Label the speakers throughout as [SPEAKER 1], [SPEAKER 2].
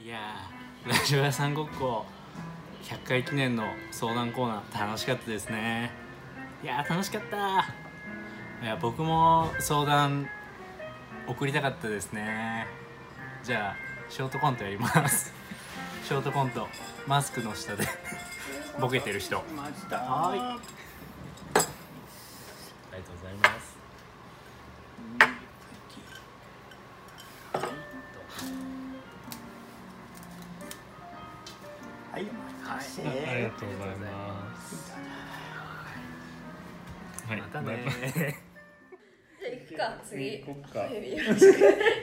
[SPEAKER 1] いやーラジオ屋さんごっこ100回記念の相談コーナー楽しかったですねいやー楽しかったいや僕も相談送りたかったですねじゃあショートコントやり ますショートコントマスクの下で ボケてる人
[SPEAKER 2] ました
[SPEAKER 1] はーい
[SPEAKER 2] は
[SPEAKER 3] ありがとうございます。
[SPEAKER 2] いお待たせ、
[SPEAKER 3] ありがとうございます。はい、
[SPEAKER 1] またね
[SPEAKER 3] バイバイ
[SPEAKER 1] ー
[SPEAKER 4] 行くか次
[SPEAKER 3] 行こっか
[SPEAKER 4] はいよろしく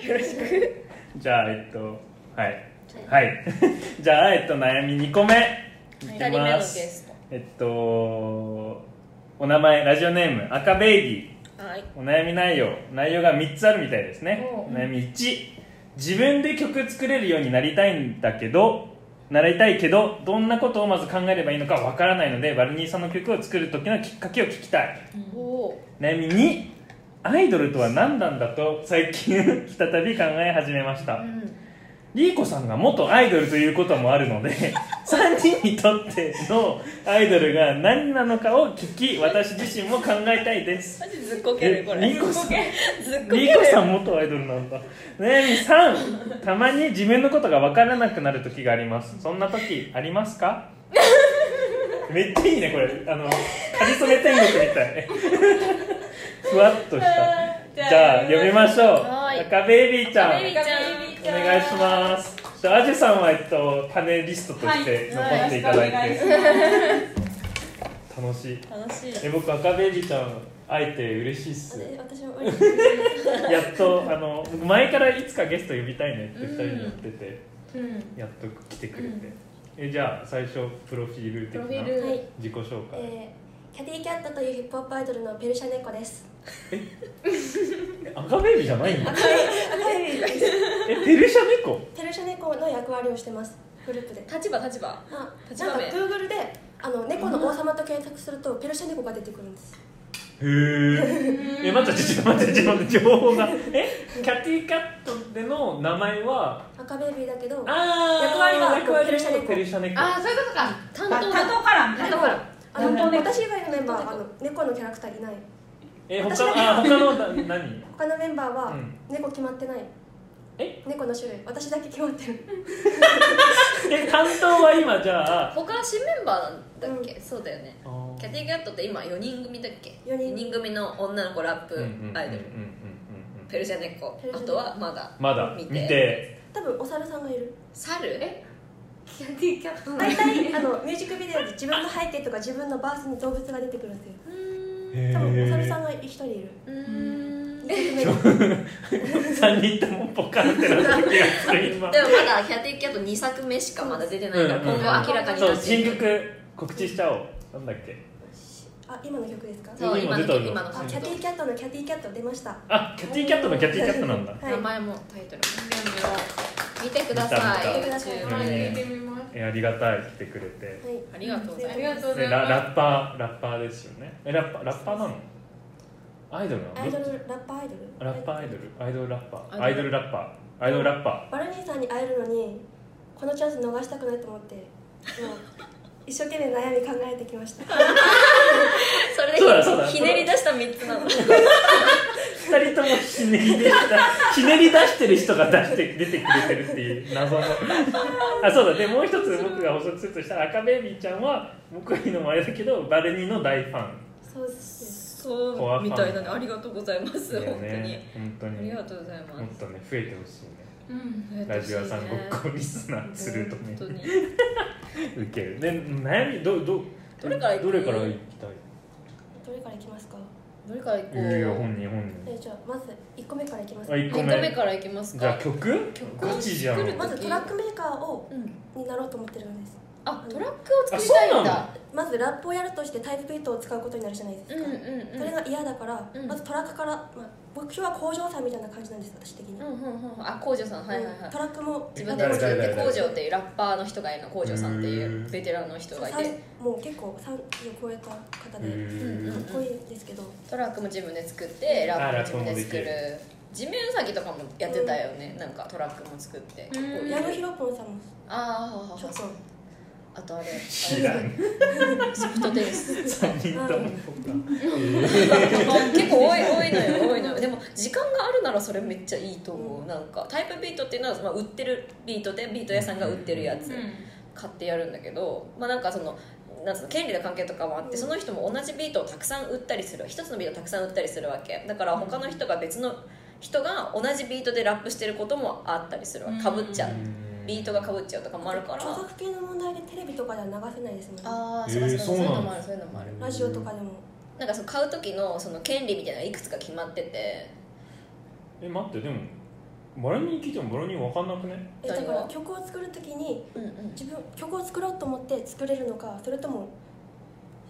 [SPEAKER 4] よろしく
[SPEAKER 3] じゃあ、えっと、はい。はい。 じゃあ、えっと、悩み二個目。いき
[SPEAKER 4] 二
[SPEAKER 3] ます
[SPEAKER 4] 人目のゲスト
[SPEAKER 3] えっと、お名前、ラジオネーム、赤ベイビー。
[SPEAKER 4] はい
[SPEAKER 3] お悩み内容内容が3つあるみたいですね
[SPEAKER 4] おう
[SPEAKER 3] お悩み1自分で曲作れるようになりたいんだけど習いたいけどどんなことをまず考えればいいのかわからないのでバルニーさんの曲を作る時のきっかけを聞きたい
[SPEAKER 4] おお
[SPEAKER 3] 悩み2アイドルとは何なんだと最近 再び考え始めました、
[SPEAKER 4] ーうん
[SPEAKER 3] リーコさんが元アイドルということもあるので 3人にとってのアイドルが何なのかを聞き私自身も考えたいです
[SPEAKER 4] マジずっこけるこれ
[SPEAKER 3] えリコさん
[SPEAKER 4] ずっこけずっこける
[SPEAKER 3] リーコさん元アイドルなんだ悩み3たまに自分のことが分からなくなる時がありますそんな時あります かめっちゃいいねこれあのかりそめ天国みたいふわっとしたじゃあ読みましょう
[SPEAKER 4] はい
[SPEAKER 3] 赤ベイビーちゃん
[SPEAKER 4] ベイビーちゃ
[SPEAKER 3] お願いしますじゃあアジュさんは、えっと、パネリストとして
[SPEAKER 4] はい
[SPEAKER 3] 残っていただいて、楽しい
[SPEAKER 4] 楽しい
[SPEAKER 3] え僕赤ベイビーちゃん会えて嬉しいっす
[SPEAKER 4] 私私 も嬉しい
[SPEAKER 3] やっとあの僕前からいつかゲスト呼びたいねって2人に言ってて、
[SPEAKER 4] うん
[SPEAKER 3] やっと来てくれて、
[SPEAKER 4] うん
[SPEAKER 3] えじゃあ最初プロフィール
[SPEAKER 4] プ
[SPEAKER 3] 的
[SPEAKER 4] ロフィ
[SPEAKER 3] な
[SPEAKER 4] ール
[SPEAKER 5] はい
[SPEAKER 3] 自己紹介、
[SPEAKER 5] えー、キャディキャットというヒップホップアイドルのペルシャ猫です。
[SPEAKER 3] え赤ベイビーじゃないの
[SPEAKER 5] ペ
[SPEAKER 3] えペルシャ猫
[SPEAKER 5] ルシャ猫の役割をしてます。グループで。
[SPEAKER 4] 立場立場
[SPEAKER 5] あ、
[SPEAKER 4] 立
[SPEAKER 5] な
[SPEAKER 4] 場
[SPEAKER 5] んか
[SPEAKER 4] 名
[SPEAKER 5] Google であの猫の王様と検索するとペルシャ猫が出てくるんです。
[SPEAKER 3] へええ待ってちょっと待ってちょっと待って情報がえキャティキャットでの名前は
[SPEAKER 5] 赤ベイビーだけど、
[SPEAKER 3] あー
[SPEAKER 5] 役割は
[SPEAKER 3] 役割
[SPEAKER 5] ペルシャ猫
[SPEAKER 3] ペルシャ猫
[SPEAKER 4] ああそういうことか担
[SPEAKER 2] 担
[SPEAKER 4] 当だ
[SPEAKER 2] 当から
[SPEAKER 4] 担当から
[SPEAKER 5] あの
[SPEAKER 2] なるほどね
[SPEAKER 5] 私以外のメンバーはあの猫のキャラクターいない。
[SPEAKER 3] え他のあ他のだ何
[SPEAKER 5] 他のメンバー
[SPEAKER 3] う
[SPEAKER 5] は
[SPEAKER 3] ん
[SPEAKER 5] 猫決まってない。
[SPEAKER 3] え
[SPEAKER 5] 猫の種類。私だけ決まってる。
[SPEAKER 3] え担当は今じゃあ
[SPEAKER 4] 他は新メンバーなんだっけそうだよね
[SPEAKER 3] あー
[SPEAKER 4] キャティキャットって今4人組だっけ
[SPEAKER 5] 四人
[SPEAKER 4] 四人組の女の子ラップアイドル
[SPEAKER 3] うんうんうんうんうんうん
[SPEAKER 4] ペルシャ猫
[SPEAKER 5] ペル
[SPEAKER 4] あ
[SPEAKER 5] シャ猫
[SPEAKER 4] とはまだ
[SPEAKER 3] まだ見
[SPEAKER 4] 見
[SPEAKER 3] て
[SPEAKER 4] て
[SPEAKER 5] 多分お猿さんがいる。
[SPEAKER 4] 猿え
[SPEAKER 2] キャディキャット
[SPEAKER 5] 大体あのミュージックビデオで自分の背景とか自分のバースに動物が出てくるんですよ。
[SPEAKER 4] うーん
[SPEAKER 3] へ
[SPEAKER 5] 多分お猿さん
[SPEAKER 3] ー
[SPEAKER 5] が一人いる。
[SPEAKER 4] うーん
[SPEAKER 5] 二人目が
[SPEAKER 3] 三人ともポカンってなった気がする今
[SPEAKER 4] でもまだキャティキャット2作目しかまだ出てないから
[SPEAKER 3] うんうん
[SPEAKER 4] 今後明ら かに
[SPEAKER 3] そ
[SPEAKER 4] な
[SPEAKER 3] う
[SPEAKER 4] ってい
[SPEAKER 3] 新
[SPEAKER 4] く
[SPEAKER 3] 曲告知しちゃおうなんだっけ
[SPEAKER 5] あ、今の曲ですか。
[SPEAKER 4] そう今の曲
[SPEAKER 3] 今出
[SPEAKER 4] 今の
[SPEAKER 3] た
[SPEAKER 5] あ
[SPEAKER 3] よ
[SPEAKER 5] キャ
[SPEAKER 4] 曲
[SPEAKER 5] ティキャットのキャティキャット出ました。
[SPEAKER 3] あキャティキャットのキャティキャットなんだ
[SPEAKER 5] はい
[SPEAKER 4] 名前もタイトルも見てくだ
[SPEAKER 3] 見た
[SPEAKER 4] さい
[SPEAKER 5] 見た
[SPEAKER 4] YouTube
[SPEAKER 3] はいて
[SPEAKER 4] で
[SPEAKER 2] みます
[SPEAKER 3] えありがたい来てくれて
[SPEAKER 5] はい。
[SPEAKER 4] ありがとうござい
[SPEAKER 2] ありが
[SPEAKER 4] ま
[SPEAKER 2] と
[SPEAKER 4] す
[SPEAKER 2] うござ
[SPEAKER 3] え
[SPEAKER 2] い
[SPEAKER 3] ラ
[SPEAKER 2] ま
[SPEAKER 3] ラッパーラッパーですよねえラッパラッパーなのアイドルなの
[SPEAKER 5] アイドルラッパーアイドル。
[SPEAKER 3] ラッパーアイドルアイドルラッパーア
[SPEAKER 4] ア
[SPEAKER 3] イ
[SPEAKER 4] イ
[SPEAKER 3] ド
[SPEAKER 4] ド
[SPEAKER 3] ル
[SPEAKER 4] ル
[SPEAKER 3] ラッパーアイドルラッパ
[SPEAKER 5] バルニーさんに会えるのにこのチャンス逃したくないと 思って、もう一生懸命悩み考えてきました。
[SPEAKER 4] それで
[SPEAKER 3] そうだそうだ
[SPEAKER 4] ひひねり出した3つなの
[SPEAKER 3] ー二人ともひねり出した ひねり出してる人が出して出てくれてるっていう謎 のあそうだでもう一つ僕が補足するとしたら赤ベイビーちゃんは僕が言うのもあれだけどバルニーの大ファン
[SPEAKER 5] そうです。
[SPEAKER 3] コア
[SPEAKER 4] そう
[SPEAKER 3] ファン
[SPEAKER 4] みたいなねありがとうございます
[SPEAKER 3] だ
[SPEAKER 4] 本
[SPEAKER 3] よ
[SPEAKER 4] 当に
[SPEAKER 3] ね本当
[SPEAKER 4] あり
[SPEAKER 3] に
[SPEAKER 4] がとうござい
[SPEAKER 3] もっ
[SPEAKER 4] ます
[SPEAKER 3] とね増えてほしいね
[SPEAKER 2] すうん
[SPEAKER 4] えっと
[SPEAKER 3] ラジオ屋さんごっこリスナーすると
[SPEAKER 4] 本
[SPEAKER 3] ね
[SPEAKER 4] 当に
[SPEAKER 3] ウケるで悩みどど
[SPEAKER 4] どれから行く
[SPEAKER 3] どれから行きたい
[SPEAKER 5] どれから行きますか。
[SPEAKER 4] どれから行こう
[SPEAKER 3] いやいや本人本
[SPEAKER 5] えじゃあまず一個目から行きます
[SPEAKER 3] あ。一
[SPEAKER 4] 1
[SPEAKER 3] 個
[SPEAKER 4] 個
[SPEAKER 3] 目
[SPEAKER 4] 目から行きます
[SPEAKER 3] 人じ
[SPEAKER 4] か
[SPEAKER 3] ゃあ曲
[SPEAKER 4] 曲を
[SPEAKER 3] ガチじゃん
[SPEAKER 4] 作る
[SPEAKER 5] まずトラックメーカーを
[SPEAKER 4] うん
[SPEAKER 5] になろうと思ってるんです。
[SPEAKER 4] あトラックを作りたいんだ
[SPEAKER 5] まずラップをやるとしてタイプビートを使うことになるじゃないです
[SPEAKER 4] うんう
[SPEAKER 5] か。
[SPEAKER 4] ん
[SPEAKER 5] それが嫌だから、
[SPEAKER 4] うん
[SPEAKER 5] まずトラックから、まあ、目標は工場さんみたいな感じなんです私的に、
[SPEAKER 4] うんうんうんうんあ工場さんはいはいは
[SPEAKER 5] うん
[SPEAKER 4] い
[SPEAKER 5] トラックも
[SPEAKER 4] 自分で作って
[SPEAKER 3] 誰誰誰
[SPEAKER 4] 工場っていうラッパーの人がいるの工場さんってい
[SPEAKER 3] へー
[SPEAKER 4] うベテランの人
[SPEAKER 5] そう
[SPEAKER 4] がいて
[SPEAKER 5] 三もう結構30を超えた方で、
[SPEAKER 3] へー
[SPEAKER 5] かっこいいんですけど、
[SPEAKER 4] トラックも自分で作ってラップも自分で作る地面うさぎとかもやってたよね、なんかトラックも作って、
[SPEAKER 2] うん
[SPEAKER 4] こういう
[SPEAKER 5] 矢野ひろぽんさんも
[SPEAKER 4] あ
[SPEAKER 5] ちょっと
[SPEAKER 4] ああとあれあれ
[SPEAKER 3] 知らん
[SPEAKER 4] ソフトテニス
[SPEAKER 3] 3人とも
[SPEAKER 4] 結構多い多いのよ多いのよでも時間があるならそれめっちゃいいと思う、なんかタイプビートっていうのは、まあ、売ってるビートでビート屋さんが売ってるやつ、買ってやるんだけどまあなんかそのなんつうの権利の関係とかもあってその人も同じビートをたくさん売ったりする一つのビートをたくさん売ったりするわけだから他の人が別の人が同じビートでラップしてることもあったりするわ
[SPEAKER 2] うん
[SPEAKER 4] かぶっちゃうビートがかぶっちゃうとかもあるから
[SPEAKER 5] 著作権の問題でテレビとかでは流せないですもんね
[SPEAKER 4] あ
[SPEAKER 3] え
[SPEAKER 4] あ
[SPEAKER 3] ー
[SPEAKER 4] そ
[SPEAKER 3] そう
[SPEAKER 4] うかそうかそういう
[SPEAKER 3] な
[SPEAKER 4] の
[SPEAKER 3] ん
[SPEAKER 4] もあ
[SPEAKER 3] だ
[SPEAKER 4] るそういうのもある
[SPEAKER 5] ラジオとかでも
[SPEAKER 4] なんかその買う時のその権利みたいなのいくつか決まってて
[SPEAKER 3] え待ってでもバラに聞いてもバラに分かんなくね
[SPEAKER 5] えだから曲を作るときに
[SPEAKER 4] うんうん
[SPEAKER 5] 自分曲を作ろうと思って作れるのかそれとも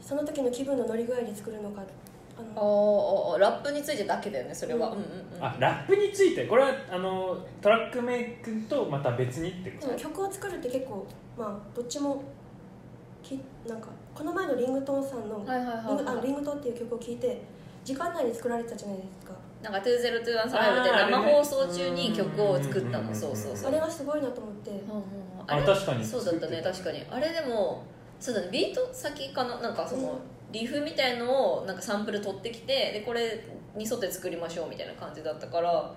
[SPEAKER 5] その時の気分の乗り具合で作るのかあ
[SPEAKER 4] あ
[SPEAKER 5] の
[SPEAKER 4] ーあーラップについてだけだよねそれは、
[SPEAKER 5] う
[SPEAKER 4] うんん、うんうん
[SPEAKER 3] あラップについてこれはあのトラックメイクとまた別にってこ
[SPEAKER 5] で
[SPEAKER 3] と
[SPEAKER 5] も曲を作るって結構まあどっちもきなんかこの前のリングトーンさんの「
[SPEAKER 4] はいはいはい
[SPEAKER 5] リングあ
[SPEAKER 4] は
[SPEAKER 5] のリ
[SPEAKER 4] い
[SPEAKER 5] ングトーン」っていう曲を聴いて時間内に作られてたじゃないですか
[SPEAKER 4] なんか2021サライブで
[SPEAKER 3] あーあれね
[SPEAKER 4] 生放送中に曲を作った
[SPEAKER 3] う
[SPEAKER 4] の
[SPEAKER 3] ん
[SPEAKER 4] そうそうそ
[SPEAKER 5] あ
[SPEAKER 4] う
[SPEAKER 5] れがすごいなと思って
[SPEAKER 4] うんうんうん
[SPEAKER 3] あ
[SPEAKER 4] れ
[SPEAKER 3] 確かに
[SPEAKER 4] そうだったね確かにあれでもそうだねビート先かななんかそのリフみたいのをなんかサンプル取ってきてでこれに沿って作りましょうみたいな感じだったから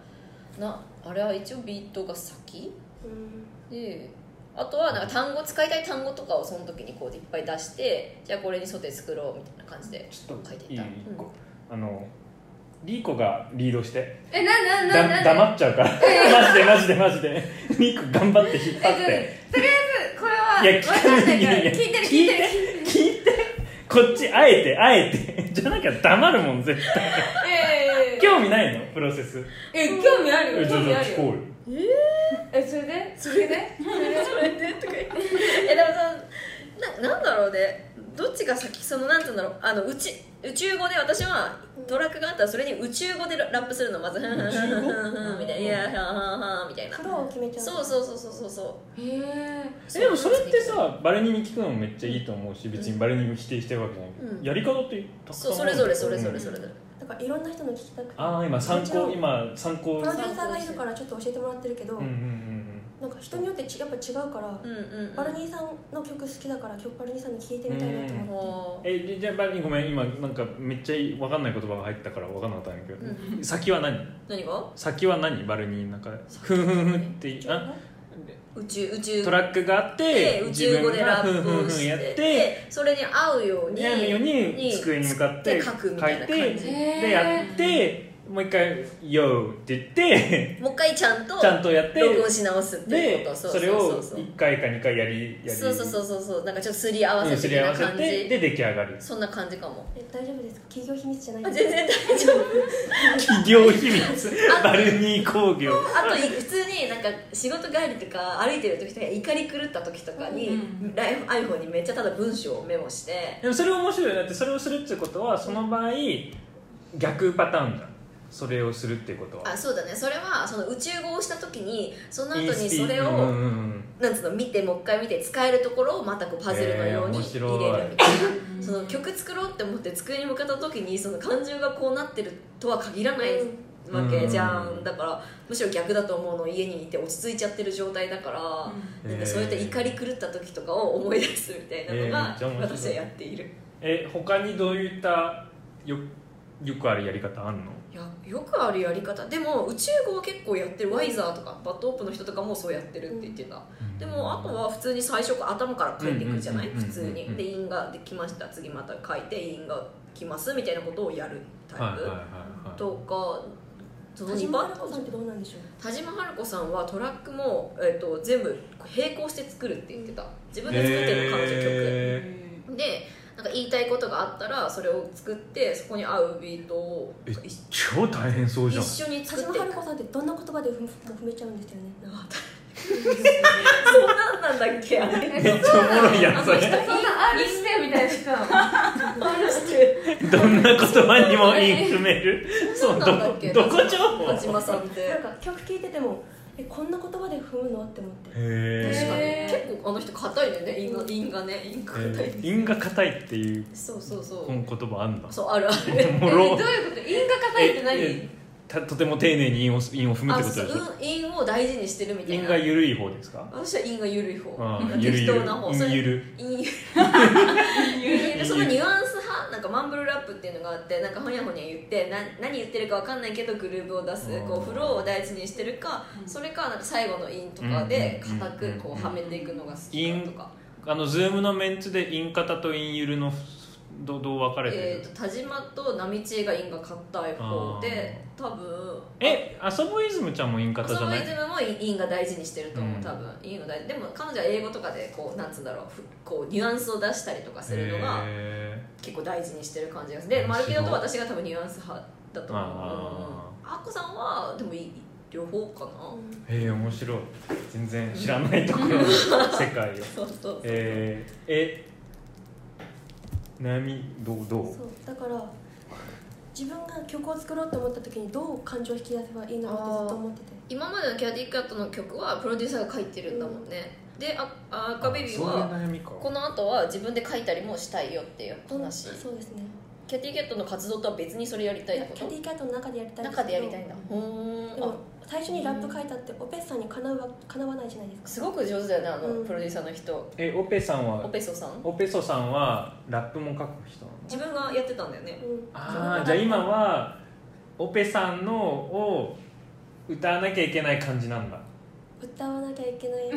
[SPEAKER 4] なあれは一応ビートが先
[SPEAKER 5] うん
[SPEAKER 4] であとはなんか単語使いたい単語とかをその時にこういっぱい出してじゃあこれに沿って作ろうみたいな感じで
[SPEAKER 3] ちょっと
[SPEAKER 4] 書いて
[SPEAKER 3] い
[SPEAKER 4] い
[SPEAKER 3] い
[SPEAKER 4] た
[SPEAKER 3] 一個あのリーコがリードして
[SPEAKER 2] え、な、な、な、な
[SPEAKER 3] だ、黙っちゃう からマジでマジでマジでリーコ頑張って引っ張って
[SPEAKER 2] とりあえず、これはい
[SPEAKER 3] や聞
[SPEAKER 2] わかんないいから
[SPEAKER 3] やい
[SPEAKER 2] 聞
[SPEAKER 3] や
[SPEAKER 2] いてる、聞いてる。
[SPEAKER 3] 聞いてこっちあえてあえてじゃなきゃ黙るもん絶対
[SPEAKER 2] え
[SPEAKER 3] 興味ないのプロセスえ
[SPEAKER 2] え、興味ある
[SPEAKER 3] ちょ
[SPEAKER 2] よ、
[SPEAKER 3] っと
[SPEAKER 2] 興味ある
[SPEAKER 3] 聞こう
[SPEAKER 2] よ。
[SPEAKER 3] よ
[SPEAKER 2] え、それでそれで
[SPEAKER 4] それでとか言って えでもそのななんだろうねどっちが先そのなんて言うんだろうあの宇宙宇宙語で私はトラックがあったらそれに宇宙語でララップするのまず「ふんふんふんふんふん」 みたいな「いやふんふんふん」みたいな
[SPEAKER 5] プロを決めちゃう
[SPEAKER 4] そうそうそうそうそうそ
[SPEAKER 2] へ
[SPEAKER 3] えでもそれってさバレニに聞くのもめっちゃいいと思うし別にバレニに否定してるわけじゃないけど、
[SPEAKER 4] うん
[SPEAKER 3] やり方ってたくさん
[SPEAKER 4] そうそれぞれそれぞれ
[SPEAKER 3] うん
[SPEAKER 4] それぞれ
[SPEAKER 5] だからいろんな人の聞きたくて
[SPEAKER 3] ああ今参考今参考
[SPEAKER 5] プロデューサーがいるからちょっと教えてもらってるけど、
[SPEAKER 3] うんうんうん
[SPEAKER 5] なんか人によってちやっぱ違うから、
[SPEAKER 4] うんうんうん
[SPEAKER 5] バルニーさんの曲好きだから曲バルニーさんに聴いてみたいなと思っ
[SPEAKER 4] ほ
[SPEAKER 5] て、
[SPEAKER 3] えじじゃあバレニごめん今なんかめっちゃいいわかんない言葉が入ったからわかんなかったんだけ
[SPEAKER 4] う
[SPEAKER 3] ど、
[SPEAKER 4] うん
[SPEAKER 3] 先は何
[SPEAKER 4] 何が
[SPEAKER 3] 先は何バルニーなんかふんふんふんってあ
[SPEAKER 4] 宇宙宇宙
[SPEAKER 3] トラックがあって
[SPEAKER 4] で宇宙語でラップを
[SPEAKER 3] 自
[SPEAKER 4] し
[SPEAKER 3] 分がふんふんふんや
[SPEAKER 4] て
[SPEAKER 3] って
[SPEAKER 4] でそれに合うように
[SPEAKER 3] やるように机に向かって
[SPEAKER 4] で書くみたいな感
[SPEAKER 3] 書い
[SPEAKER 4] じ
[SPEAKER 3] て
[SPEAKER 2] へー
[SPEAKER 3] でやってもう一回「YO」って言 って
[SPEAKER 4] もう一回ちゃんと
[SPEAKER 3] ちゃんとやって
[SPEAKER 4] 録音し直すっていう
[SPEAKER 3] で
[SPEAKER 4] こと
[SPEAKER 3] それを
[SPEAKER 4] そう
[SPEAKER 3] 1回か2回やりやり
[SPEAKER 4] そうそうそうそうそうそうなんかちょっとすり合わ
[SPEAKER 3] うんす
[SPEAKER 4] せ
[SPEAKER 3] り
[SPEAKER 4] 的
[SPEAKER 3] 合
[SPEAKER 4] な
[SPEAKER 3] わせ
[SPEAKER 4] 感
[SPEAKER 3] て
[SPEAKER 4] じ
[SPEAKER 3] で出来上がる
[SPEAKER 4] そんな感じかも
[SPEAKER 5] え大丈夫ですか企業秘密じゃない
[SPEAKER 4] あ
[SPEAKER 5] です
[SPEAKER 4] 全然大丈夫
[SPEAKER 3] 企業秘密バルニー工業
[SPEAKER 4] あとい普通になんか仕事帰りとか歩いてる時とか怒り狂った時とかに、
[SPEAKER 2] うん
[SPEAKER 4] ライフ iPhone にめっちゃただ文章をメモして
[SPEAKER 3] でもそれ面白いよだってそれをするってことはその場合逆パターンじゃんそれをするってことは
[SPEAKER 4] あそうだねそれはその宇宙語をした時にその後
[SPEAKER 3] イン
[SPEAKER 4] に
[SPEAKER 3] スピ
[SPEAKER 4] それ
[SPEAKER 3] う
[SPEAKER 4] を、
[SPEAKER 3] んうんうん
[SPEAKER 4] なんつうの見てもう一回見て使えるところをまたこうパズルのように
[SPEAKER 3] えー面
[SPEAKER 4] 入
[SPEAKER 3] 白い
[SPEAKER 4] れるみたいな、
[SPEAKER 2] うん
[SPEAKER 4] その曲作ろうって思って机に向かった時にその感情がこうなってるとは限らないわけじゃ
[SPEAKER 3] うん
[SPEAKER 4] んだからむしろ逆だと思うの家にいて落ち着いちゃってる状態だから、なんかそういった怒り狂った時とかを思い出すみたいなの
[SPEAKER 3] えーめっちゃ面
[SPEAKER 4] が
[SPEAKER 3] 白い
[SPEAKER 4] 私はやっている、
[SPEAKER 3] え他にどういったよよくあるやり方あんの
[SPEAKER 4] いやよくあるやり方でも宇宙語は結構やってるワイザーとかバッドオープンの人とかもそうやってるって言ってた、でもあとは普通に最初から頭から書いていくじゃない
[SPEAKER 3] うんうんうんうん
[SPEAKER 4] 普通にで印ができました次また書いて印が来ますみたいなことをやるタイプ、
[SPEAKER 3] はいはいはいはい
[SPEAKER 4] とかその
[SPEAKER 5] 田
[SPEAKER 4] 2
[SPEAKER 5] 島
[SPEAKER 4] 番
[SPEAKER 5] 春子さんってどうなんでしょう
[SPEAKER 4] 田島春子さんはトラックも、えっと全部並行して作るって言ってた自分で作ってるの彼女曲、
[SPEAKER 3] へ
[SPEAKER 4] でなんか言いたいことがあったらそれを作ってそこに合うビートを
[SPEAKER 3] え
[SPEAKER 4] 一緒
[SPEAKER 3] 超大変そうじゃ
[SPEAKER 4] 一
[SPEAKER 3] ん
[SPEAKER 4] 緒に
[SPEAKER 5] 田
[SPEAKER 4] 作っ
[SPEAKER 5] 島
[SPEAKER 4] てい
[SPEAKER 5] 春
[SPEAKER 4] く
[SPEAKER 5] 子さんってどんな言葉で踏む踏めちゃうんですよね
[SPEAKER 4] あそうなんなんだっけあれ
[SPEAKER 3] め っちゃおもろいやつそれ
[SPEAKER 2] そんな R してみたいな人なの
[SPEAKER 3] どんな言葉にもイン含めるそうど
[SPEAKER 4] なんだっけ
[SPEAKER 3] どこ情報
[SPEAKER 4] 田島さんって
[SPEAKER 5] なんか曲聴いててもえこんな言葉で踏むのって思って
[SPEAKER 3] へ
[SPEAKER 4] 確かに
[SPEAKER 2] へー
[SPEAKER 4] 結構あの人硬いんだよね韻が韻がね韻が硬いんだよ
[SPEAKER 3] え因が硬いっていう
[SPEAKER 4] そうそうそう
[SPEAKER 3] この言葉あんだ
[SPEAKER 4] そうあるある
[SPEAKER 3] おも
[SPEAKER 2] えどう
[SPEAKER 3] ろ
[SPEAKER 2] いうこと因果硬いって何
[SPEAKER 3] ええたとても丁寧に韻を韻を踏むっ
[SPEAKER 4] あ
[SPEAKER 3] てこと
[SPEAKER 4] そう
[SPEAKER 3] でしょ
[SPEAKER 4] うん韻を大事にしてるみたい
[SPEAKER 3] 韻
[SPEAKER 4] な
[SPEAKER 3] が緩い方ですか
[SPEAKER 4] 私は韻が緩い方
[SPEAKER 3] うん
[SPEAKER 4] 適当な方
[SPEAKER 3] ゆ
[SPEAKER 4] そ
[SPEAKER 3] る
[SPEAKER 4] れ
[SPEAKER 3] ゆる
[SPEAKER 4] 韻緩 いでそのニュアンス派なんかマンブルラップっていうのがあってなんかほにゃほにゃ言ってな何言ってるかわかんないけどグルーブを出す
[SPEAKER 3] うん
[SPEAKER 4] こうフローを大事にしてるかそれかなんか最後の韻とかで固くこうはめていくのが好きだとか
[SPEAKER 3] あのズームのメンツで韻方と韻ゆるのどどう分かれてる、
[SPEAKER 4] えー、と田島と波知恵が因が硬い方で多分
[SPEAKER 3] えアソボイズムちゃんも韻
[SPEAKER 4] あ
[SPEAKER 3] 方
[SPEAKER 4] そ
[SPEAKER 3] じゃ
[SPEAKER 4] の
[SPEAKER 3] な
[SPEAKER 4] イ
[SPEAKER 3] い
[SPEAKER 4] ズムも因が大事にしてると思う、
[SPEAKER 3] うん
[SPEAKER 4] 多分因を大事でも彼女は英語とかでこうなんつうんだろうふこうニュアンスを出したりとかするのが
[SPEAKER 3] へ
[SPEAKER 4] 結構大事にしてる感じがするで
[SPEAKER 3] 面
[SPEAKER 4] マル
[SPEAKER 3] 白い
[SPEAKER 4] ピドと私が多分ニュアンス派だと思う
[SPEAKER 3] あ
[SPEAKER 4] あっこさんはでもいい両方かな、
[SPEAKER 3] ーえー面白い全然知らないところの世界を
[SPEAKER 4] そうそうそう、
[SPEAKER 3] えー、え波どうどう
[SPEAKER 5] そうだから自分が曲を作ろうと思った時にどう感情を引き出せばいいのかってずっと思ってて
[SPEAKER 4] 今までのキャディキャットの曲はプロデューサーが書いてるんだもんね、でああ赤ベビー
[SPEAKER 3] そういう
[SPEAKER 4] は
[SPEAKER 3] 悩みか
[SPEAKER 4] この後は自分で書いたりもしたいよっていう話、
[SPEAKER 5] そうですね
[SPEAKER 4] キャディキャットの活動とは別にそれやりた
[SPEAKER 5] キ
[SPEAKER 4] いっ
[SPEAKER 5] ャ
[SPEAKER 4] て
[SPEAKER 5] デ
[SPEAKER 4] こと
[SPEAKER 5] ィーキャットの中でやりたいんですけ
[SPEAKER 4] 中
[SPEAKER 5] ど
[SPEAKER 4] でやりたいんだう
[SPEAKER 5] で
[SPEAKER 4] ーん
[SPEAKER 5] も
[SPEAKER 4] あ
[SPEAKER 5] 最初にラップ書いたってオペッさんにかなうわかなわないじゃないですか
[SPEAKER 4] すごく上手だよねあ
[SPEAKER 5] う
[SPEAKER 4] の
[SPEAKER 5] ん
[SPEAKER 4] プロデューサーの人
[SPEAKER 3] えオペさん
[SPEAKER 4] オ
[SPEAKER 3] は
[SPEAKER 4] ペソさん
[SPEAKER 3] オペソさんはラップも書く人なの
[SPEAKER 4] 自分がやってたんだよね
[SPEAKER 5] うん
[SPEAKER 3] ああじゃあ今はオペさんのを歌わなきゃいけない感じなん だ
[SPEAKER 5] 歌わなきゃいけない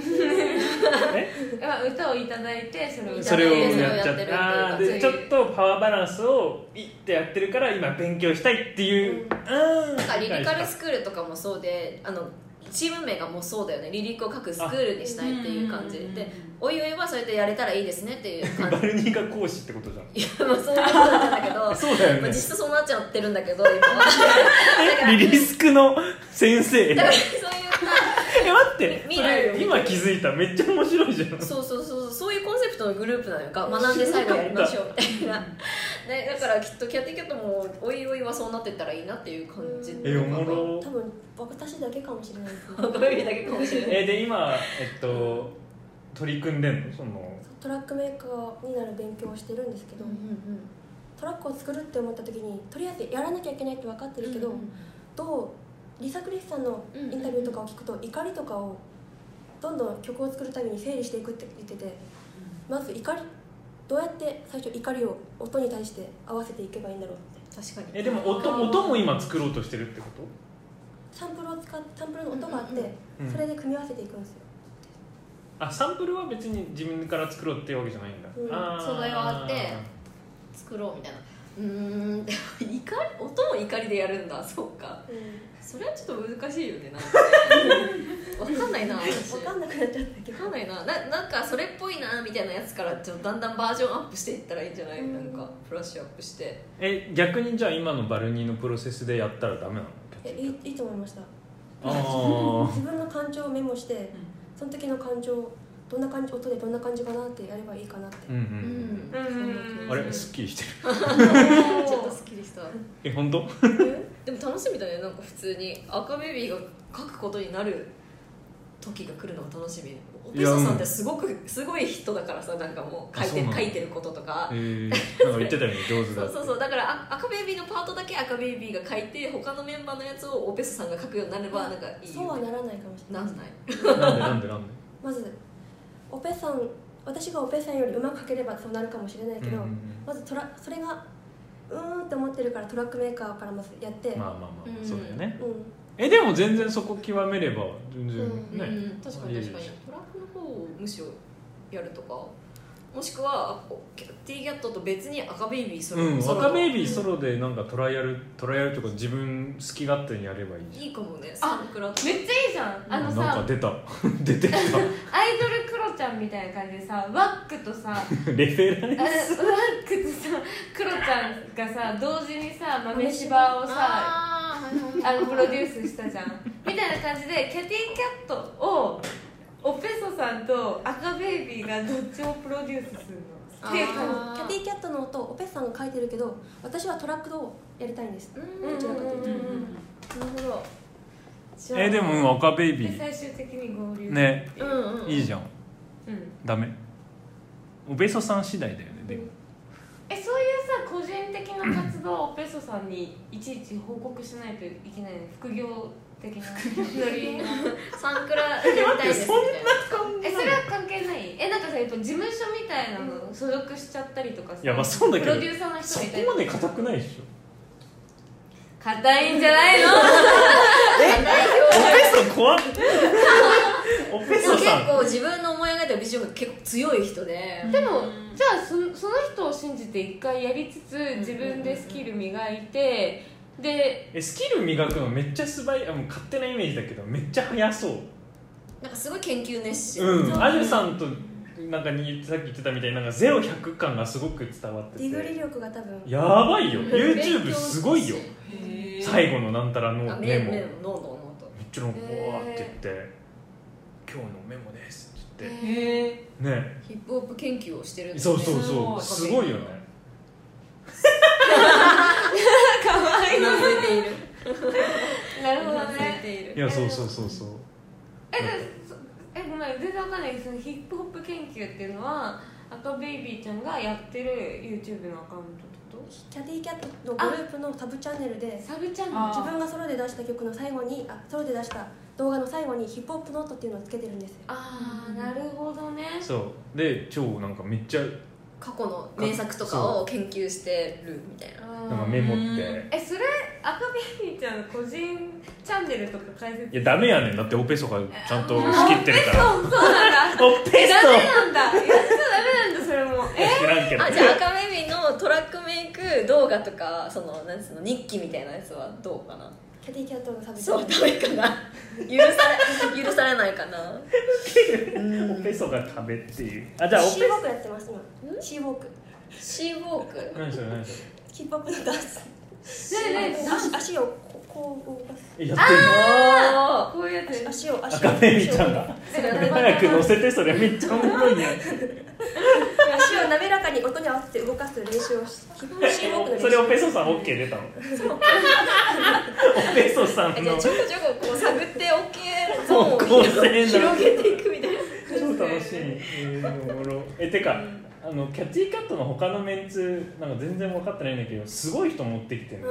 [SPEAKER 3] え
[SPEAKER 2] あ歌をいただいてそれを歌
[SPEAKER 3] それを
[SPEAKER 2] って
[SPEAKER 4] それを
[SPEAKER 3] やっちゃっ
[SPEAKER 4] やってるっていう
[SPEAKER 3] た
[SPEAKER 4] か
[SPEAKER 3] あーでちょっとパワーバランスをいってやってるから今勉強したいっていう
[SPEAKER 5] うん
[SPEAKER 3] うん
[SPEAKER 4] なんかリリカル
[SPEAKER 3] ス
[SPEAKER 4] スクールとかもそうであのチーム名がもうそうだよねリリックを書くスクールにしたいっていう感じでおいおいはそれでやれたらいいですねっていう
[SPEAKER 3] バ
[SPEAKER 4] 感じ
[SPEAKER 3] ルニーが講師ってことじゃん
[SPEAKER 4] いやまあそういうことなんだけど、
[SPEAKER 3] そうだよ
[SPEAKER 4] まあ、
[SPEAKER 3] ね
[SPEAKER 4] 実質そうなっちゃってるんだけど今 は
[SPEAKER 3] えリリスクの先生え
[SPEAKER 4] だから
[SPEAKER 3] 待
[SPEAKER 4] そういう
[SPEAKER 3] って
[SPEAKER 4] み
[SPEAKER 3] そ
[SPEAKER 4] 未来を
[SPEAKER 3] れ今気づいためっちゃ面白いじゃん
[SPEAKER 4] そうそうそうそうそういうコンセプトのグループなのか学んで最後やりましょうみたいな、ね、だからきっとキャッティキャットもおいおいはそうなってったらいいなっていう感じ
[SPEAKER 5] うん
[SPEAKER 3] えおも
[SPEAKER 4] ろ
[SPEAKER 3] ろ
[SPEAKER 5] 多分私だけかもしれないですね
[SPEAKER 4] だけかもしれない
[SPEAKER 3] えで今えっと取り組んでんのその
[SPEAKER 5] トラックメーカーになる勉強をしてるんですけど、トラックを作るって思った時にとりあえずやらなきゃいけないって分かってるけど、どうリサ・クリスさんのインタビューとかを聞くと、怒りとかをどんどん曲を作るために整理していくって言ってて、まず怒りどうやって最初怒りを音に対して合わせていけばいいんだろうって
[SPEAKER 4] 確かに
[SPEAKER 3] えでも音音も今作ろうとしてるってこと
[SPEAKER 5] サンプルを使っサンプルの音があって、
[SPEAKER 3] うん
[SPEAKER 5] それで組み合わせていくんですよ、
[SPEAKER 3] あサンプルは別に自分から作ろうってわけじゃないんだ、
[SPEAKER 5] うん
[SPEAKER 3] あー
[SPEAKER 4] 素材はあって作ろうみたいなうーんでも怒り音も怒りでやるんだそうかそれはちょっと難しいよねなんか ねわかんないな私
[SPEAKER 5] 分かんなくなっちゃったけ
[SPEAKER 4] わ
[SPEAKER 5] ど
[SPEAKER 4] かんないなななんかそれっぽいなみたいなやつからちょっとだんだんバージョンアップしていったらいいんじゃない、
[SPEAKER 5] うん
[SPEAKER 4] なんかフラッシュアップして
[SPEAKER 3] え逆にじゃあ今のバルニーのプロセスでやったらダメなの
[SPEAKER 5] えいいいいと思いました
[SPEAKER 3] あー
[SPEAKER 5] 自分の感情をメモしてその時の感情どんな感じ音でどんな感じかなってやればいいかなって、
[SPEAKER 3] うんうん、
[SPEAKER 2] うん
[SPEAKER 3] う、
[SPEAKER 2] うんん
[SPEAKER 3] あれすっきりしてる
[SPEAKER 4] ちょっとすっきりした
[SPEAKER 3] え本当
[SPEAKER 4] でも楽しみだねなんか普通に赤ベビーが書くことになる時が来るのが楽しみオペソさんってすごくすごい人だからさなんかもう書い
[SPEAKER 3] あそう
[SPEAKER 4] て
[SPEAKER 3] なの
[SPEAKER 4] 書いてることとか、
[SPEAKER 3] えー、なんか言ってたよね上手
[SPEAKER 4] そ
[SPEAKER 3] だ
[SPEAKER 4] うそうそうだからあ赤ベイビーのパートだけ赤ベイビーが書いて他のメンバーのやつをオペスさんが書くようになればなんかいい
[SPEAKER 5] そう
[SPEAKER 4] よ
[SPEAKER 5] は
[SPEAKER 4] ね
[SPEAKER 5] ならないかもしれ
[SPEAKER 4] な
[SPEAKER 5] ない
[SPEAKER 4] んない
[SPEAKER 3] なんでなんでなんで
[SPEAKER 5] まずオペさん私がオペさんよりうまく書ければそうなるかもしれないけど、
[SPEAKER 3] うんうんうん
[SPEAKER 5] まずトラそれがうーんって思ってるからトラックメーカーからまずやって、
[SPEAKER 3] まあまあまあ、
[SPEAKER 4] うん
[SPEAKER 3] そうだよね
[SPEAKER 5] うん
[SPEAKER 3] えでも全然そこ極めれば全然
[SPEAKER 5] うん
[SPEAKER 4] う
[SPEAKER 3] ね、
[SPEAKER 4] ん、確かに
[SPEAKER 3] いい
[SPEAKER 4] 確かに
[SPEAKER 3] です
[SPEAKER 4] トラックの方をむしろやるとかもしくはおキャティーギャットと別に赤ベイビーそれ
[SPEAKER 3] うん、若ベイビー
[SPEAKER 5] うん
[SPEAKER 3] ソロでなんかトライアルトライアルとか自分好き勝手にやればいいじゃん
[SPEAKER 4] いいかもね
[SPEAKER 2] あ
[SPEAKER 4] サンクラと
[SPEAKER 2] めっちゃいいじゃんあの
[SPEAKER 3] なんか
[SPEAKER 2] さ
[SPEAKER 3] 出た 出てき
[SPEAKER 2] アイドルクロちゃんみたいな感じでさワックとさ
[SPEAKER 3] たレフェラ
[SPEAKER 2] あワックとさクロちゃんがさ同時にさ豆柴をさ
[SPEAKER 4] あーはいはい
[SPEAKER 2] あ
[SPEAKER 4] はい
[SPEAKER 2] のプロデュースしたじゃんみたいな感じでキャティンキャットをオペソさんと赤ベイビーがどっちもプロデュースするのっていう
[SPEAKER 5] 多
[SPEAKER 2] 感
[SPEAKER 5] 分
[SPEAKER 4] あー
[SPEAKER 5] キャティーキャットの音オペさんが書いてるけど私はトラックをやりたいんです
[SPEAKER 4] うん
[SPEAKER 2] じ
[SPEAKER 5] どちらかというと
[SPEAKER 2] うんうんうん
[SPEAKER 4] なるほど
[SPEAKER 2] じゃあ
[SPEAKER 3] えでも若ベイビ
[SPEAKER 2] で
[SPEAKER 3] ー
[SPEAKER 2] 最終的に合流
[SPEAKER 3] ね
[SPEAKER 4] うんうん
[SPEAKER 3] いいじゃん
[SPEAKER 2] うん
[SPEAKER 3] ダメおべそさん次第だよねでも
[SPEAKER 2] えそういうさ個人的な活動をペソさんにいちいち報告しないといけない副業的なノリの
[SPEAKER 4] サンクラやりたいですみたいな
[SPEAKER 2] えそれは関係ないえなんかさやっぱ事務所みたいなの所属しちゃったりとかさ
[SPEAKER 3] いやまあそうだけど
[SPEAKER 2] プロデューサーの人
[SPEAKER 3] そ
[SPEAKER 2] みたい
[SPEAKER 3] こ
[SPEAKER 2] な
[SPEAKER 3] まで硬くないでしょ
[SPEAKER 2] 硬いんじゃないの
[SPEAKER 3] オペソ怖っオペ
[SPEAKER 4] でも
[SPEAKER 3] ソ
[SPEAKER 4] 結
[SPEAKER 3] さん
[SPEAKER 4] 構自分の思い描いてるビジョンが結構強い人で
[SPEAKER 2] でもじゃあそその人を信じて一回やりつつ自分でスキル磨いてで
[SPEAKER 3] えスキル磨くのめっちゃ素早いあもう勝手なイメージだけどめっちゃ早そう
[SPEAKER 4] なんかすごい研究熱心、
[SPEAKER 3] うん、あゆさんとなんかにさっき言ってたみたいになんかゼロ100感がすごく伝わって
[SPEAKER 5] ディグリ
[SPEAKER 3] て
[SPEAKER 5] 力が多分
[SPEAKER 3] やばいよ
[SPEAKER 4] うん
[SPEAKER 3] YouTube すごいよ最後のなんたらの
[SPEAKER 4] あ
[SPEAKER 3] メモ
[SPEAKER 4] メモ
[SPEAKER 3] めっ
[SPEAKER 4] ノートノート
[SPEAKER 3] ちゃなんかわーって言って「今日のメモです」って言っ
[SPEAKER 2] へえ
[SPEAKER 3] てね
[SPEAKER 4] ヒップホップ研究をしてるんです
[SPEAKER 3] そ
[SPEAKER 4] ね
[SPEAKER 3] うそうそうす
[SPEAKER 4] す
[SPEAKER 3] ご
[SPEAKER 4] ごい
[SPEAKER 3] いよね
[SPEAKER 2] かわいいう
[SPEAKER 4] なずいている
[SPEAKER 2] な
[SPEAKER 4] う
[SPEAKER 2] るほど
[SPEAKER 4] なずい
[SPEAKER 2] ね
[SPEAKER 4] ている
[SPEAKER 3] いやそうそうそうそう
[SPEAKER 2] えでそえごめん全然わかんないけどそのヒップホップ研究っていうのは赤ベイビーちゃんがやってる YouTube のアカウントってこ
[SPEAKER 5] キャディキャットのグループのサブチャンネルで
[SPEAKER 2] とサブチャンネル
[SPEAKER 6] あ
[SPEAKER 5] 自分がソロで出した曲の最後にあソロで出した動画の最後にヒップホップノートっていうのをつけてるんですよ
[SPEAKER 2] ああなるほどね
[SPEAKER 3] そうで超なんかめっちゃ
[SPEAKER 4] 過去の名作とかを研究してるみたい な
[SPEAKER 2] あ
[SPEAKER 3] なんか
[SPEAKER 2] ー
[SPEAKER 3] メモって
[SPEAKER 2] えそれ赤ベイビーちゃんの個人チャンネルとか解
[SPEAKER 3] い
[SPEAKER 2] 説
[SPEAKER 3] やダメやねんだってオペソがちゃんと仕切ってるから
[SPEAKER 2] そうそうなんだ
[SPEAKER 3] オペ
[SPEAKER 2] え
[SPEAKER 3] ソ
[SPEAKER 2] ダメなんだいやそうダメなんだそれもえ
[SPEAKER 3] 知らんけど
[SPEAKER 4] あじゃあ赤ベビーのトラックメイク動画とかそのなんつうの日記みたいなやつはどうかな
[SPEAKER 5] キャディキャットのサブチャ
[SPEAKER 4] そう
[SPEAKER 5] ンネ
[SPEAKER 4] ダメかな許され許されないかな
[SPEAKER 3] オペソが食べっていうあじゃあ
[SPEAKER 5] ル
[SPEAKER 3] オ
[SPEAKER 5] シ
[SPEAKER 3] ペ
[SPEAKER 5] ーウォークやってます今シーウォーク
[SPEAKER 4] シーウォーク
[SPEAKER 3] 何それ何それ
[SPEAKER 5] ヒップホップのダンス
[SPEAKER 2] ねえねえ
[SPEAKER 5] 足足をこうこう動かす
[SPEAKER 3] えやってんの
[SPEAKER 4] お
[SPEAKER 2] こういうやつ
[SPEAKER 5] 足を足を
[SPEAKER 3] 赤目みちゃんが
[SPEAKER 2] それ
[SPEAKER 3] 早く乗せてそれめっちゃおもろいやん
[SPEAKER 5] 足を滑らかに音に合わせて動かす練習をしヒップホップシーウォークの練習
[SPEAKER 3] それオペソさん OK 出たのオペソさん
[SPEAKER 4] ーえじゃ
[SPEAKER 3] の
[SPEAKER 4] あちょこちょここう探って OK ゾーンを
[SPEAKER 3] 高性
[SPEAKER 4] 広
[SPEAKER 3] 能
[SPEAKER 4] げていくみたいな
[SPEAKER 3] 超楽しいえーおも ろえてかあのキャティカットの他のメンツなんか全然分かってないんだけどすごい人持ってきてるね,、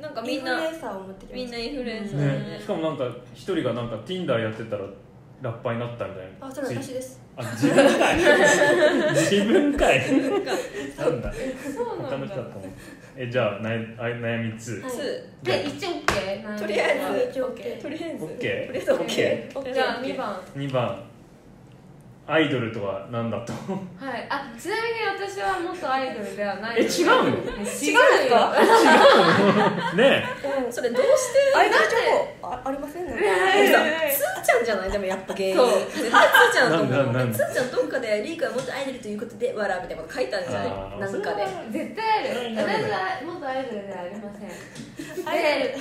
[SPEAKER 4] なんか
[SPEAKER 5] うん
[SPEAKER 4] み
[SPEAKER 5] イン
[SPEAKER 4] ん
[SPEAKER 5] フル
[SPEAKER 4] な
[SPEAKER 5] エンサーを持ってきま
[SPEAKER 4] みんなインフルエンサーだね
[SPEAKER 3] ねしかもなんか一人がなんか Tinder やってたらラッパーになったみたいな
[SPEAKER 5] あそれ私です
[SPEAKER 3] あ自分かい 自分かいなんだ
[SPEAKER 2] そうな
[SPEAKER 3] 他の
[SPEAKER 2] ん
[SPEAKER 3] 人
[SPEAKER 2] だ
[SPEAKER 3] だと思うえじゃあ悩悩み2、
[SPEAKER 5] はい
[SPEAKER 4] ツ
[SPEAKER 2] で一応 OK
[SPEAKER 4] とりあえず
[SPEAKER 5] 一応 OK
[SPEAKER 4] ーとりあえず
[SPEAKER 3] オッ
[SPEAKER 4] と
[SPEAKER 3] ケ
[SPEAKER 4] りあえず OK
[SPEAKER 2] じゃあ2番
[SPEAKER 3] ー2番アイドルとは何だと
[SPEAKER 2] はい、あちなみに私は元アイドルではない
[SPEAKER 3] え違う の
[SPEAKER 2] え違うよ
[SPEAKER 3] ね
[SPEAKER 5] うん
[SPEAKER 4] それどうして
[SPEAKER 5] アイドルチョコあありませんね
[SPEAKER 4] えさつーちゃんじゃないでもやっぱ芸人
[SPEAKER 2] そう
[SPEAKER 4] 絶対つーちゃんだと
[SPEAKER 3] なん
[SPEAKER 4] 思う
[SPEAKER 3] だなんだ
[SPEAKER 4] つーちゃんどっかでリークは元アイドルということで笑うみたいなこと書いたんじゃ
[SPEAKER 3] あー
[SPEAKER 4] ないなんかで
[SPEAKER 2] 絶対ある
[SPEAKER 3] ないない
[SPEAKER 2] 私は元アイドルではありませんで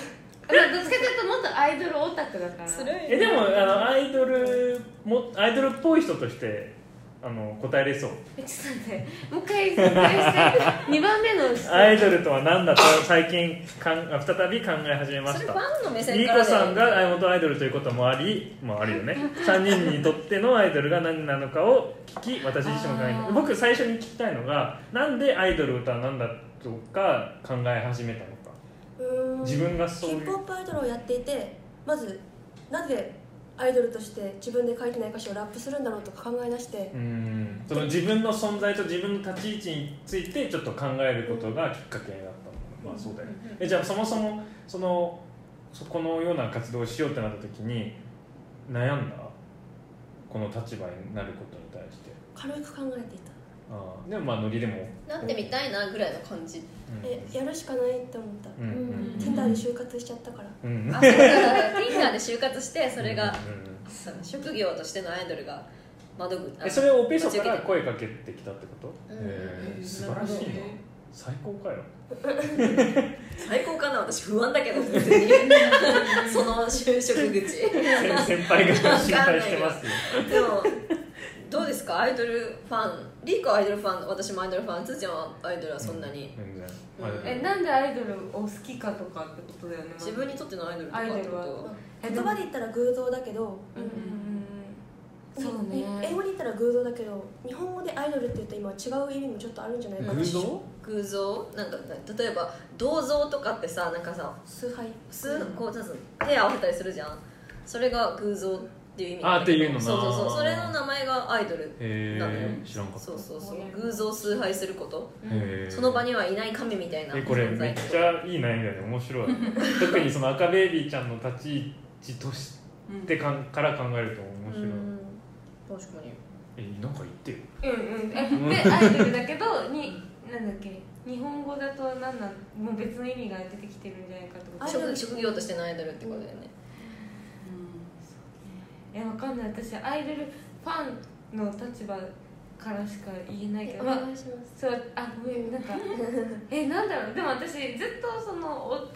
[SPEAKER 2] まあどっちかというと元アイドルオタクだから
[SPEAKER 4] する
[SPEAKER 3] えでもあのアイドルもアイドルっぽい人としてあの答えれそう
[SPEAKER 2] えちょっと待ってもう一回説明して2番目の質問
[SPEAKER 3] アイドルとは何だと最近かんあ再び考え始めま
[SPEAKER 4] そ
[SPEAKER 3] し
[SPEAKER 4] れ
[SPEAKER 3] た
[SPEAKER 4] ファンの目
[SPEAKER 3] リ
[SPEAKER 4] 線
[SPEAKER 3] ー
[SPEAKER 4] か
[SPEAKER 3] コ
[SPEAKER 4] ら
[SPEAKER 3] さん
[SPEAKER 4] だよ
[SPEAKER 3] が元アイドルということもあり、まあ、あるよ ね3人にとってのアイドルが何なのかを聞き私自身も考え
[SPEAKER 2] あー
[SPEAKER 3] 僕最初に聞きたいのがなんでアイドルとは何だとか考え始めたのか
[SPEAKER 5] うん
[SPEAKER 3] 自分がそう
[SPEAKER 5] ヒ
[SPEAKER 3] い
[SPEAKER 5] ップホ
[SPEAKER 3] う
[SPEAKER 5] ップアイドルをやっていてまずなぜアイドルとして自分で書いてない歌詞をラップするんだろうとか考え出して
[SPEAKER 3] うんその自分の存在と自分の立ち位置についてちょっと考えることがきっかけになったのまあそうだよねえじゃあそもそもそのそこのような活動をしようってなった時に悩んだこの立場になることに対して
[SPEAKER 5] 軽く考えていた
[SPEAKER 3] ああでもまあノリでも
[SPEAKER 4] なってみたいなぐらいの感じ
[SPEAKER 3] うん
[SPEAKER 5] えやるしかないって思った
[SPEAKER 3] うん
[SPEAKER 5] Tinder で就活しちゃったから
[SPEAKER 3] うんうん
[SPEAKER 4] あそうだから Tinder で就活してそれが
[SPEAKER 3] うん
[SPEAKER 4] その職業としてのアイドルが窓口
[SPEAKER 3] えそれをオペソから声かけてきたってこと
[SPEAKER 4] うん
[SPEAKER 3] へえ素晴
[SPEAKER 6] な
[SPEAKER 3] ら
[SPEAKER 6] るほ
[SPEAKER 3] し
[SPEAKER 6] ど
[SPEAKER 3] いな最高かよ
[SPEAKER 4] 最高かな私不安だけど普通にその就職 口
[SPEAKER 3] 先先輩が心配してますよ
[SPEAKER 4] でもどうですかアイドルファンリークはアイドルファン私もアイドルファンつーちゃんはアイドルはそんなに、
[SPEAKER 3] 全然
[SPEAKER 4] うん
[SPEAKER 3] あれだけど
[SPEAKER 2] えなんでアイドルを好きかとかってことだよね
[SPEAKER 4] 自分にとってのアイドルとかってこ
[SPEAKER 2] アイドル
[SPEAKER 4] と
[SPEAKER 2] え
[SPEAKER 5] 言葉で言ったら偶像だけど、
[SPEAKER 2] うんうんうんそう
[SPEAKER 5] に
[SPEAKER 2] ね
[SPEAKER 5] 英語で言ったら偶像だけど日本語でアイドルって言うと今は違う意味もちょっとあるんじゃないかな
[SPEAKER 3] 偶像
[SPEAKER 4] 偶像なんか例えば銅像とかってさなんかさ
[SPEAKER 5] 崇拝
[SPEAKER 4] 数こうなんつうの手合わせたりするじゃんそれが偶像っていう意味
[SPEAKER 3] あーっていうのな
[SPEAKER 4] そうそうそうそれの名前がアイドル
[SPEAKER 3] へ
[SPEAKER 4] なのよ
[SPEAKER 3] え知らんかった
[SPEAKER 4] そうそうそう偶像崇拝すること
[SPEAKER 3] へー
[SPEAKER 4] その場にはいない神みたいな
[SPEAKER 3] えこれめっちゃいい悩みだね面白い 特にその赤ベイビーちゃんの立ち位置としてかんから考えると面白い
[SPEAKER 4] うん確かに
[SPEAKER 3] えなんか言ってよ
[SPEAKER 2] うんうんえでアイドルだけどになんだっけ日本語だとなんなんもう別の意味が出てきてるんじゃないかってこと
[SPEAKER 5] アイド
[SPEAKER 4] 職
[SPEAKER 5] ル
[SPEAKER 4] 職業としてのアイドルってことだよね
[SPEAKER 2] いやわかんない私アイドルファンの立場からしか言えないけ
[SPEAKER 5] え
[SPEAKER 2] ど、
[SPEAKER 5] お
[SPEAKER 2] まあ
[SPEAKER 5] 願いします
[SPEAKER 2] そうあごめんなんかえなんだろうでも私ずっとそのお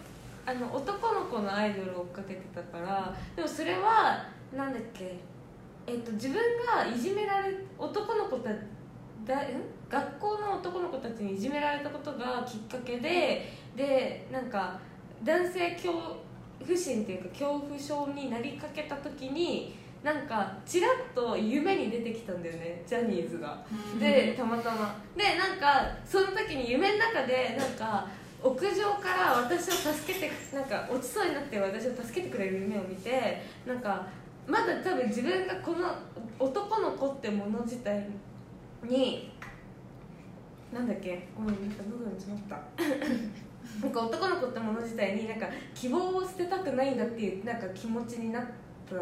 [SPEAKER 2] あの男の子のアイドルを追っかけてたからでもそれはなんだっけえっと自分がいじめられ男の子ただん学校の男の子たちにいじめられたことがきっかけででなんか男性恐不心っていうか恐怖症になりかけた時になんかちらっと夢に出てきたんだよねジャニーズが。でたまたまでなんかその時に夢の中でなんか屋上から私を助けてなんか落ちそうになって私を助けてくれる夢を見てなんかまだ多分自分がこの男の子ってもの自体になんだっけごめんなんか喉に詰まったなんか男の子ってもの自体になんか希望を捨てたくないんだっていうなんか気持ちになった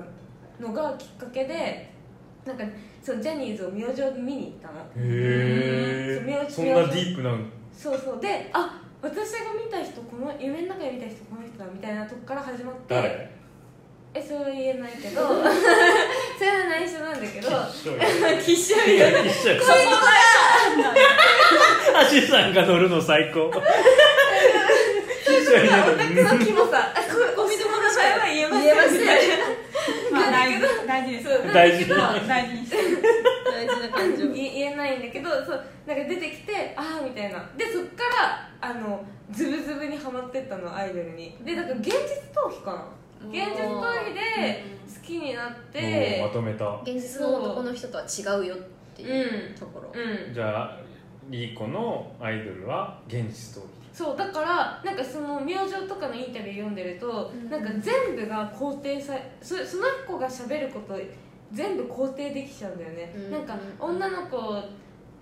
[SPEAKER 2] のがきっかけでなんかそのジャニーズを明星見に行ったの
[SPEAKER 3] へ
[SPEAKER 2] うん
[SPEAKER 3] えそんなディープな
[SPEAKER 2] そうそうであ私が見た人この夢の中で見た人この人だみたいなとこから始まって
[SPEAKER 3] 誰
[SPEAKER 2] えそれは言えないけど それは内緒なんだけど
[SPEAKER 3] 一緒よ
[SPEAKER 2] きっしょい
[SPEAKER 3] い
[SPEAKER 2] よ
[SPEAKER 3] や一緒よアシさんが乗るの最高一緒に乗
[SPEAKER 2] オ
[SPEAKER 3] る
[SPEAKER 2] タクのキモさあこお店の名前は言えま
[SPEAKER 4] 言えま
[SPEAKER 2] せん
[SPEAKER 4] せん
[SPEAKER 2] みたいな
[SPEAKER 6] まあ大事大事です
[SPEAKER 2] そう
[SPEAKER 3] 大事
[SPEAKER 6] 大事にして
[SPEAKER 4] 大事な感情
[SPEAKER 2] 言え言えないんだけどそうなんか出てきてああみたいなでそっからあのズブズブにはまってったのアイドルにでだから現実逃避かな現実逃避で好きになっ
[SPEAKER 3] おーま
[SPEAKER 2] て
[SPEAKER 3] とめた
[SPEAKER 4] 現実の男の人とは違うよっていうところ、
[SPEAKER 2] うん
[SPEAKER 3] じゃあリーコのアイドルは現実逃
[SPEAKER 2] そうだからなんかその明星とかのインタビュー読んでると、
[SPEAKER 4] うん
[SPEAKER 2] なんか全部が肯定さそその子が喋ること全部肯定できちゃうんだよね、
[SPEAKER 4] うん
[SPEAKER 2] なんか女の子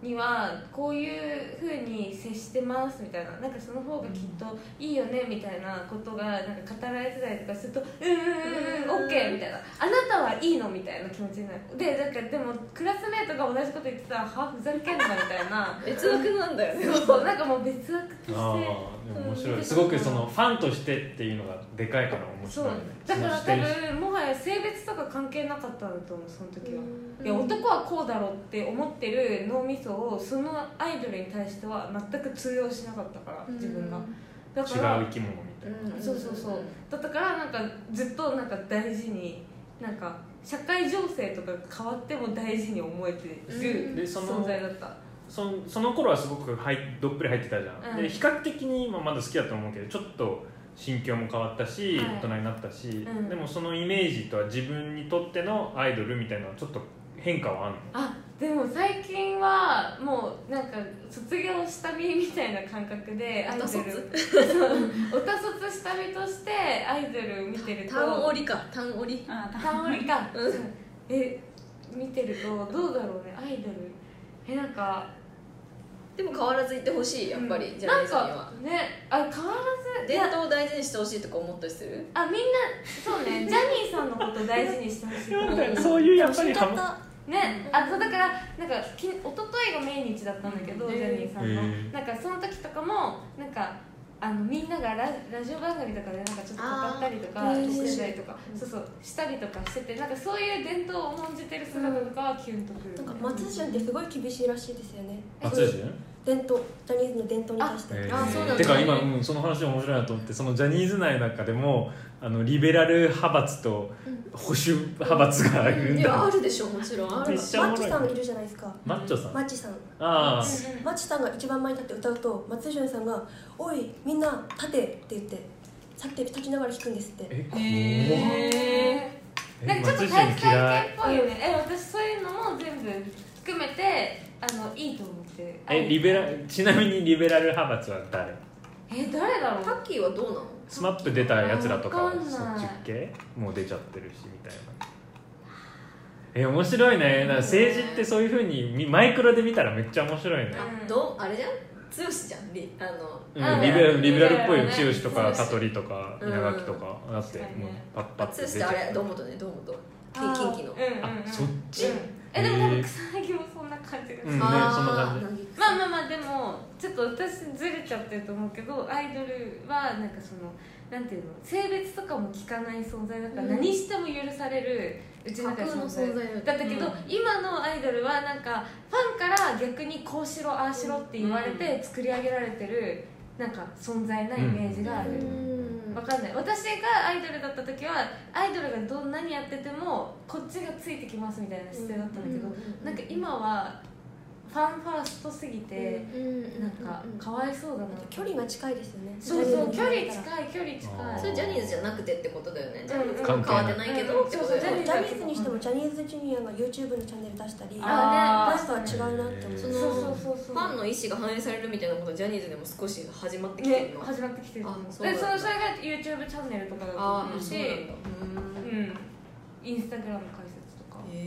[SPEAKER 2] にはこういう風に接してますみたいななんかその方がきっといいよねみたいなことがなんか語られてたりとかすると「うんうんうんうんオッケー」みたいな「あなたはいいの?」みたいな気持ちになるでなんかでもクラスメートが同じこと言ってたら「はふざけんな」みた いな
[SPEAKER 4] 別枠なんだよね
[SPEAKER 2] そうそうなんかもう別枠として
[SPEAKER 3] 避ああでも面白いすごくそのファンとしてっていうのがでかいから面
[SPEAKER 2] そ
[SPEAKER 3] 白
[SPEAKER 2] う
[SPEAKER 3] いね
[SPEAKER 2] だから
[SPEAKER 3] その
[SPEAKER 2] 多
[SPEAKER 3] 視点
[SPEAKER 2] 分もはや性別とか関係なかったんだと思うその時は、
[SPEAKER 5] うん
[SPEAKER 2] いや男はこうだろうって思ってる脳みそをそのアイドルに対しては全く通用しなかったから自分がだか
[SPEAKER 3] 違う
[SPEAKER 2] ら
[SPEAKER 3] 生き物みたいな、
[SPEAKER 4] うん
[SPEAKER 2] そうそうそうだったからなんかずっとなんか大事になんか社会情勢とか変わっても大事に思えて
[SPEAKER 4] うん
[SPEAKER 2] る
[SPEAKER 3] でその
[SPEAKER 2] 存在だった、
[SPEAKER 3] そのその頃はすごくはいどっぷり入ってたじゃん、
[SPEAKER 2] うん
[SPEAKER 3] で比較的にまあまだ好きだと思うけどちょっと心境も変わったし、
[SPEAKER 2] はい
[SPEAKER 3] 大人になったし、
[SPEAKER 2] うん
[SPEAKER 3] でもそのイメージとは自分にとってのアイドルみたいなちょっと変化はあるの
[SPEAKER 2] あでも最近はもうなんか卒業した身みたいな感覚でアイ
[SPEAKER 4] オ
[SPEAKER 2] ドル
[SPEAKER 4] タ卒
[SPEAKER 2] そうオタ卒した身としてアイドルを見てると
[SPEAKER 4] 単折りか単折り
[SPEAKER 6] あー
[SPEAKER 2] 単折りか、
[SPEAKER 4] うん
[SPEAKER 2] そうえ見てるとどうだろうねアイドルえなんか
[SPEAKER 4] でも変わらずいてほしいやっぱり、
[SPEAKER 2] うん
[SPEAKER 4] ジャニーズに
[SPEAKER 2] な
[SPEAKER 4] は
[SPEAKER 2] んかねあ変わらずい
[SPEAKER 4] 伝
[SPEAKER 2] や
[SPEAKER 4] 統を大事にしてほしいとか思ったりする
[SPEAKER 2] あみんなそうねジャニーさんのこと大事にしてほし いと思う
[SPEAKER 4] うん
[SPEAKER 3] そういうやっぱ
[SPEAKER 5] 惜
[SPEAKER 3] り
[SPEAKER 5] しか
[SPEAKER 3] ハ
[SPEAKER 5] っ
[SPEAKER 3] マ
[SPEAKER 5] た
[SPEAKER 2] ね、あそうだからなんかき一昨日が命日だったんだけど、
[SPEAKER 4] うん
[SPEAKER 2] ジャニーさんの、
[SPEAKER 3] へー
[SPEAKER 2] なんかその時とかもなんかあのみんながララジオ番組とかでなんかちょっと語ったりとか
[SPEAKER 5] あー
[SPEAKER 2] してたりとか、
[SPEAKER 4] うん
[SPEAKER 2] そうそうしたりとかしててなんかそういう伝統を重んじてる姿とかはキュンとくる、
[SPEAKER 5] なんか松潤ってすごい厳しいらしいですよね
[SPEAKER 3] 松潤
[SPEAKER 5] 伝統ジャニーズの伝統に対して
[SPEAKER 3] え
[SPEAKER 4] あそうなんだ
[SPEAKER 3] てか今、うん、その話面白いなと思ってそのジャニーズ内の中でもあのリベラル派閥と保守派閥があるん
[SPEAKER 4] い
[SPEAKER 3] だ、
[SPEAKER 4] やあるでしょもちろんあ
[SPEAKER 5] マ
[SPEAKER 4] る
[SPEAKER 3] め
[SPEAKER 5] ッ
[SPEAKER 3] っちゃおも
[SPEAKER 5] チ
[SPEAKER 3] ろい
[SPEAKER 5] さんいるじゃないですか
[SPEAKER 3] マッチョさん、
[SPEAKER 5] マッチさん
[SPEAKER 3] ああ
[SPEAKER 2] うんうん
[SPEAKER 5] マッチさんが一番前に立って歌うと松潤さんが「おいみんな立て」って言って立って立ちながら弾くんですって
[SPEAKER 3] え怖っ
[SPEAKER 6] へ
[SPEAKER 3] え
[SPEAKER 2] なんかちょっと
[SPEAKER 3] 松
[SPEAKER 2] 体
[SPEAKER 3] 潤
[SPEAKER 2] 育
[SPEAKER 3] 嫌
[SPEAKER 2] 会
[SPEAKER 3] い
[SPEAKER 2] 系っぽいよねえ私そういうのも全部含めてあのいいと思って
[SPEAKER 3] えリベラちなみにリベラル派閥は誰
[SPEAKER 2] え誰だろう
[SPEAKER 4] タッキーはどうなの
[SPEAKER 3] スマップ出たやつらとか
[SPEAKER 2] わ
[SPEAKER 3] は
[SPEAKER 2] かんない
[SPEAKER 3] そっち系もう出ちゃってるしみたいなえ面白いねだから政治ってそういうふうにみマイクロで見たらめっちゃ面白いね、
[SPEAKER 2] うん
[SPEAKER 4] どうあれじゃん剛しじゃんリあの、
[SPEAKER 3] うん、
[SPEAKER 2] うん
[SPEAKER 3] リベラルリベラルっぽい
[SPEAKER 2] リベラル
[SPEAKER 3] 剛
[SPEAKER 2] ね
[SPEAKER 3] とか香取とか稲垣とか、だっ
[SPEAKER 6] 確か
[SPEAKER 3] てもう
[SPEAKER 6] にね
[SPEAKER 3] パッパ
[SPEAKER 4] あ
[SPEAKER 3] ッ
[SPEAKER 4] 剛
[SPEAKER 3] て出
[SPEAKER 4] し
[SPEAKER 3] ち
[SPEAKER 4] って
[SPEAKER 3] ゃ
[SPEAKER 4] あ
[SPEAKER 3] う
[SPEAKER 4] れ堂本ね堂本
[SPEAKER 2] あ
[SPEAKER 4] キンキンキの
[SPEAKER 2] うんうんうん
[SPEAKER 3] あそっち、
[SPEAKER 2] うん
[SPEAKER 3] ね
[SPEAKER 2] えでも多
[SPEAKER 3] へー
[SPEAKER 2] 分草薙もそんな感じがする、
[SPEAKER 3] うんねそんな感じ
[SPEAKER 4] ーぎ
[SPEAKER 2] まあまあまあでもちょっと私ずれちゃってると思うけどアイドルはなんかそのなんていうの性別とかも聞かない存在だから、
[SPEAKER 4] うん
[SPEAKER 2] 何しても許されるうちの中
[SPEAKER 4] 架
[SPEAKER 2] の
[SPEAKER 4] 空の
[SPEAKER 2] 存在
[SPEAKER 4] 存在だ
[SPEAKER 2] だったけど、今のアイドルはなんかファンから逆にこうしろああしろって言われて作り上げられてるなんか存在なイメージがある、
[SPEAKER 3] うん
[SPEAKER 2] わかんない私がアイドルだった時はアイドルがどんなにやっててもこっちがついてきますみたいな姿勢だったんだけど、なんか今はファンファーストすぎて、なんかかわいそうだな、
[SPEAKER 5] 距離が近いですよね
[SPEAKER 2] そうそう距離近い
[SPEAKER 5] ジ
[SPEAKER 2] 距離近い
[SPEAKER 3] あー
[SPEAKER 4] それジャニーズじゃなくてってことだよねジャニーズ
[SPEAKER 2] うん
[SPEAKER 4] 変わってないけど、
[SPEAKER 2] うん
[SPEAKER 4] ってことだよね
[SPEAKER 2] そうそう
[SPEAKER 5] ャニーズにしてもジャニーズジュニアが YouTube のチャンネル出したり
[SPEAKER 2] あ
[SPEAKER 5] なん
[SPEAKER 2] ー
[SPEAKER 5] かは違うなって思
[SPEAKER 4] そうの
[SPEAKER 2] そうそうそうそ
[SPEAKER 4] フ
[SPEAKER 2] う
[SPEAKER 4] ァンの意思が反映されるみたいなことジャニーズでも少し始まってきて
[SPEAKER 2] ね
[SPEAKER 4] るの、
[SPEAKER 2] 始まってきてると思う
[SPEAKER 4] あ
[SPEAKER 2] で
[SPEAKER 4] そ
[SPEAKER 2] そう
[SPEAKER 4] なん
[SPEAKER 2] れ
[SPEAKER 4] だ
[SPEAKER 2] それが YouTube チャンネルとかだと
[SPEAKER 4] あ
[SPEAKER 2] 思
[SPEAKER 4] あ
[SPEAKER 2] う
[SPEAKER 4] そ
[SPEAKER 2] し
[SPEAKER 4] うなんだう
[SPEAKER 2] う
[SPEAKER 4] ん
[SPEAKER 2] んインスタグラム解説とか
[SPEAKER 4] へ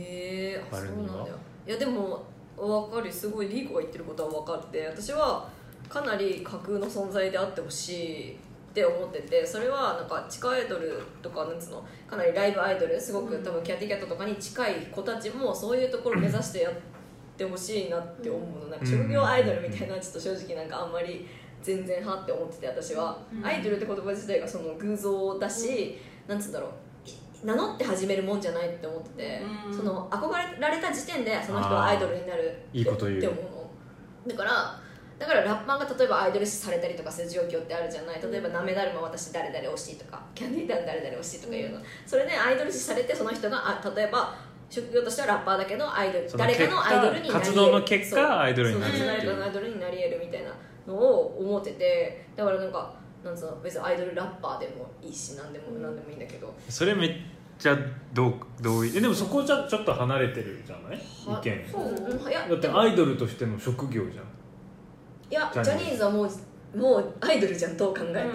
[SPEAKER 4] えあ
[SPEAKER 3] バ
[SPEAKER 4] そ
[SPEAKER 3] ル
[SPEAKER 4] う
[SPEAKER 3] ニーは
[SPEAKER 4] なんだよいやでも分かるすごいリーコが言ってることは分かって私はかなり架空の存在であってほしいって思っててそれはなんか地下アイドルとかなんつうのかなりライブアイドルすごく多分キャティキャットとかに近い子たちもそういうところを目指してやってほしいなって思うのなんか職業アイドルみたいなのはちょっと正直なんかあんまり全然はって思ってて私は
[SPEAKER 2] うん
[SPEAKER 4] アイドルって言葉自体がその偶像だしなんつうんだろう名乗って始めるもんじゃないって思ってて、
[SPEAKER 6] うん
[SPEAKER 4] その憧れられた時点でその人はアイドルになるって
[SPEAKER 3] いいこと言う
[SPEAKER 4] って思うのだからだからラッパーが例えばアイドル視されたりとかする状況ってあるじゃない例えば「なめだるま私誰々推し」とか「キャンディータン誰々推し」とかいうの、それでアイドル視されてその人があ例えば職業としてはラッパーだけどアイドル
[SPEAKER 3] その
[SPEAKER 4] 誰
[SPEAKER 3] 結
[SPEAKER 4] か
[SPEAKER 3] 果
[SPEAKER 4] のアイドルになり得る
[SPEAKER 3] 活動の結果
[SPEAKER 4] そう
[SPEAKER 3] アイドルになる
[SPEAKER 4] そ
[SPEAKER 3] って
[SPEAKER 4] う
[SPEAKER 3] いう
[SPEAKER 4] 誰かのアイドルになり得るみたいなのを思っててだからなんかなんつうの別にアイドルラッパーでもいいし何でも何でもいいんだけど
[SPEAKER 3] それめっちゃ同同意えでもそこじゃちょっと離れてるじゃない意見
[SPEAKER 2] そう
[SPEAKER 4] うんいや
[SPEAKER 3] だってアイドルとしての職業じゃん
[SPEAKER 4] いや
[SPEAKER 3] ジ
[SPEAKER 4] ジ
[SPEAKER 3] ャ
[SPEAKER 4] ャ
[SPEAKER 3] ニ
[SPEAKER 4] ニ
[SPEAKER 3] ー
[SPEAKER 4] ーズはもうもうアイドルじゃんどう考えても、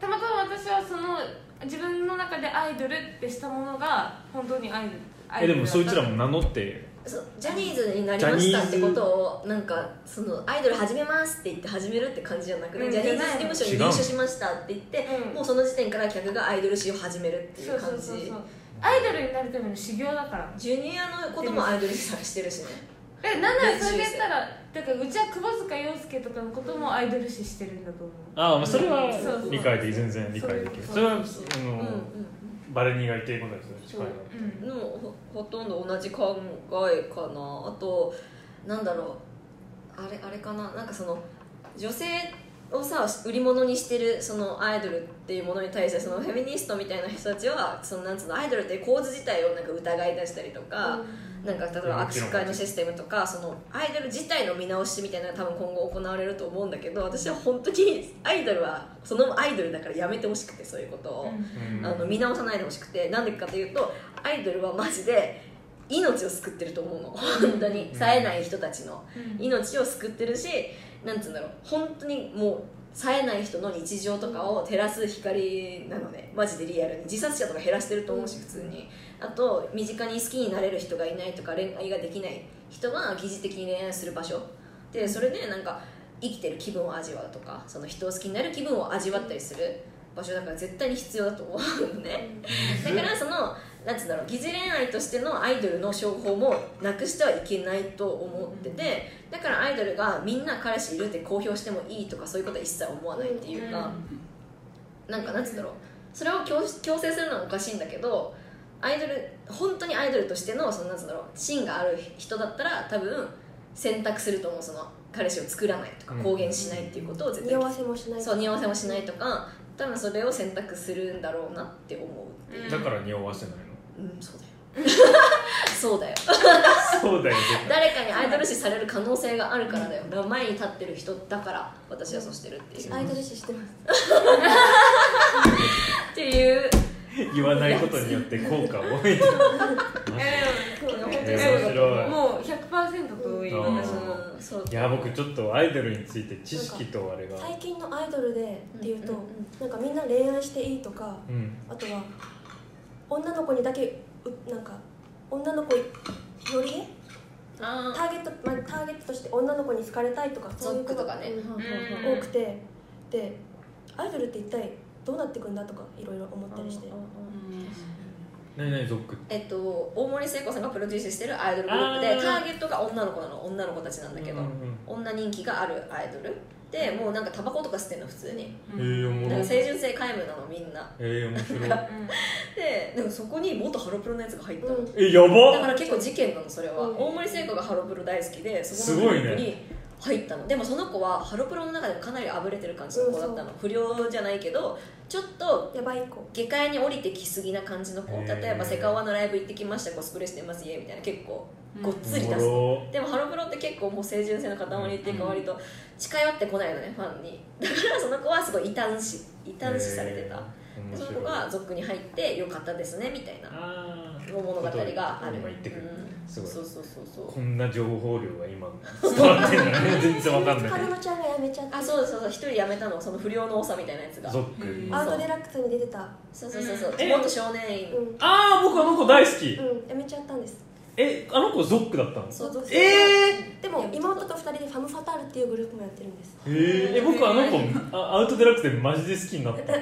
[SPEAKER 2] たまたま私はその自分の中でアイドルってしたものが本当にアイドルア
[SPEAKER 3] えで
[SPEAKER 2] イドル
[SPEAKER 3] も
[SPEAKER 2] だった
[SPEAKER 3] そいつらも名乗って
[SPEAKER 4] そうジャニーズになりましたってことをなんかそのアイドル始めますって言って始めるって感じじゃなくて、
[SPEAKER 2] うん
[SPEAKER 4] ジャニーズ事務所に
[SPEAKER 3] 違う
[SPEAKER 4] 入所しましたって言って、
[SPEAKER 2] うん
[SPEAKER 4] もうその時点から客がアイドル誌を始めるってい
[SPEAKER 2] そううそ
[SPEAKER 4] 感
[SPEAKER 2] うそう
[SPEAKER 4] じ
[SPEAKER 2] そうアイドルになるための修行だから
[SPEAKER 4] ジュニアのこともアイドル視してるしね
[SPEAKER 2] えなんならそれで言ったらだからうちは窪塚洋介とかのこともアイドル視してるんだと思う
[SPEAKER 3] ああまあそれは
[SPEAKER 2] そうそう
[SPEAKER 3] 理解でき全然理解できる
[SPEAKER 2] そう
[SPEAKER 3] それはあの、
[SPEAKER 4] うんうん
[SPEAKER 3] バルニーが言ってることですね近いの
[SPEAKER 2] うん
[SPEAKER 4] のほほとんど同じ考えかなあとなんだろうあれあれかななんかその女性をさ売り物にしてるそのアイドルっていうものに対してそのフェミニストみたいな人たちはそのなんつうのアイドルっていう構図自体をなんか疑い出したりとか、なんか例えば
[SPEAKER 3] もちろん
[SPEAKER 4] 握手会のシステムとかそのアイドル自体の見直しみたいなのが多分今後行われると思うんだけど私は本当にアイドルはそのアイドルだからやめてほしくてそういうことを。
[SPEAKER 3] うん
[SPEAKER 4] あの見直さないでほしくてなんでかというとアイドルはマジで命を救ってると思うの本当に
[SPEAKER 3] うん
[SPEAKER 4] 冴えない人たちの
[SPEAKER 2] うん
[SPEAKER 4] 命を救ってるしなんつうんだろう本当にもう冴えない人の日常とかを照らす光なのねマジでリアルに自殺者とか減らしてると思うし普通にあと身近に好きになれる人がいないとか恋愛ができない人が疑似的に恋愛する場所でそれでなんか生きてる気分を味わうとかその人を好きになる気分を味わったりする場所だから絶対に必要だと思うのねだからそのなんつうんだろう疑似恋愛としてのアイドルの商法もなくしてはいけないと思っててだからアイドルがみんな彼氏いるって公表してもいいとかそういうことは一切思わないっていうか、なんかなんつうんだろうそれを強強制するのはおかしいんだけどアイドル本当にアイドルとしてのそのなんつうんだろう芯がある人だったら多分選択すると思うその彼氏を作らないとか
[SPEAKER 3] うん
[SPEAKER 4] 公言しないっていうことを絶対
[SPEAKER 5] 匂わせもしない
[SPEAKER 4] そう匂わせもしないとか多分それを選択するんだろうなって思う
[SPEAKER 2] うん
[SPEAKER 3] だから匂わせないの
[SPEAKER 4] うんそうだよ そうだよ
[SPEAKER 3] そうだよ
[SPEAKER 4] 誰かにアイドル視される可能性があるからだよ前に立ってる人だから私はそうしてるっていう
[SPEAKER 5] アイドル視してます
[SPEAKER 4] っていう
[SPEAKER 3] 言わないことによって効果を
[SPEAKER 2] え
[SPEAKER 4] 本当
[SPEAKER 3] 面
[SPEAKER 4] にそうだと思う
[SPEAKER 3] 白い
[SPEAKER 2] もう100% 100%遠い
[SPEAKER 3] うん
[SPEAKER 2] 私も
[SPEAKER 4] うんそう
[SPEAKER 3] いや僕ちょっとアイドルについて知識とあれが
[SPEAKER 5] 最近のアイドルでっていうと、
[SPEAKER 4] うんうんうん
[SPEAKER 5] なんかみんな恋愛していいとか
[SPEAKER 3] うん
[SPEAKER 5] あとは女の子にだけうなんか女の子よりねタ
[SPEAKER 4] あ
[SPEAKER 5] ーゲット、まあ、ターゲットとして女の子に好かれたいとか
[SPEAKER 4] ー
[SPEAKER 5] そういう
[SPEAKER 4] 族
[SPEAKER 5] こと
[SPEAKER 4] と
[SPEAKER 5] が
[SPEAKER 4] かね
[SPEAKER 2] うん
[SPEAKER 5] 多くてでアイドルって一体どうなっていくんだとかいろいろ思ったりして
[SPEAKER 4] うんうんうん
[SPEAKER 3] 何々ゾック
[SPEAKER 4] えっと、大森聖子さんがプロデュースしてるアイドルグループで
[SPEAKER 3] あー
[SPEAKER 4] ターゲットが女の子なの女の子たちなんだけど、
[SPEAKER 3] うん
[SPEAKER 4] 女人気があるアイドルでもうなんかタバコとか吸ってんの普通に
[SPEAKER 3] うんうん、えー、おも
[SPEAKER 4] なん
[SPEAKER 3] ろ
[SPEAKER 4] か
[SPEAKER 3] い
[SPEAKER 4] 清純性皆無なのみんな
[SPEAKER 3] えー、面白い
[SPEAKER 4] ででもそこに元ハロプロのやつが入ったの、
[SPEAKER 5] うん
[SPEAKER 3] えや
[SPEAKER 4] だか
[SPEAKER 3] ばっ
[SPEAKER 4] ら結構事件なのそれは、
[SPEAKER 5] うん
[SPEAKER 4] 大森聖子がハロプロ大好きでそ
[SPEAKER 3] す
[SPEAKER 4] この
[SPEAKER 3] ご
[SPEAKER 4] グ
[SPEAKER 3] い
[SPEAKER 4] ル
[SPEAKER 3] ね
[SPEAKER 4] ープに入ったの、でもその子はハロプロの中でもかなりあぶれてる感じの子だったの、不良じゃないけどちょっと
[SPEAKER 5] やばい子
[SPEAKER 4] 下界に降りてきすぎな感じの子
[SPEAKER 3] へー
[SPEAKER 4] 例えば「セカオワのライブ行ってきましたコスプレしてますイエ」みたいな結構ごっつり出す、
[SPEAKER 3] おも
[SPEAKER 4] でもハロプロって結構もう清純性の塊っていうか割と近寄ってこないのねファンにだからその子はすごい異端視異
[SPEAKER 3] ろ
[SPEAKER 4] 端視されてた、
[SPEAKER 3] えー
[SPEAKER 4] で
[SPEAKER 3] 面
[SPEAKER 4] その
[SPEAKER 3] 白い
[SPEAKER 4] 子がゾックに入って「よかったですね」みたいな
[SPEAKER 3] あー
[SPEAKER 4] 物語がある、
[SPEAKER 3] 言ってくる
[SPEAKER 4] うん
[SPEAKER 3] す
[SPEAKER 4] そ
[SPEAKER 3] ご
[SPEAKER 4] う
[SPEAKER 3] い
[SPEAKER 4] そうそうそう
[SPEAKER 3] こんな情報量が今伝わってんだ ね全然わかん
[SPEAKER 5] か
[SPEAKER 3] ない
[SPEAKER 5] なちゃんが辞めちゃって
[SPEAKER 4] あそうそうそう一人辞めたのその不良の多さみたいなやつが
[SPEAKER 3] ゾ
[SPEAKER 4] そう
[SPEAKER 3] ック、
[SPEAKER 6] うん
[SPEAKER 5] アウトデラックスに出てた
[SPEAKER 4] そうそうそう
[SPEAKER 3] え
[SPEAKER 4] 元少年院
[SPEAKER 5] うん、
[SPEAKER 3] ああ僕あの子大好き、
[SPEAKER 5] うん、辞めちゃったんです
[SPEAKER 3] えあの子ゾックだったの
[SPEAKER 4] そうそうそう
[SPEAKER 3] え
[SPEAKER 5] でも妹と二人でファム・ファタールっていうグループもやってるんです
[SPEAKER 3] ー、えー、え僕あの子あアウトデラックスでマジで好きになった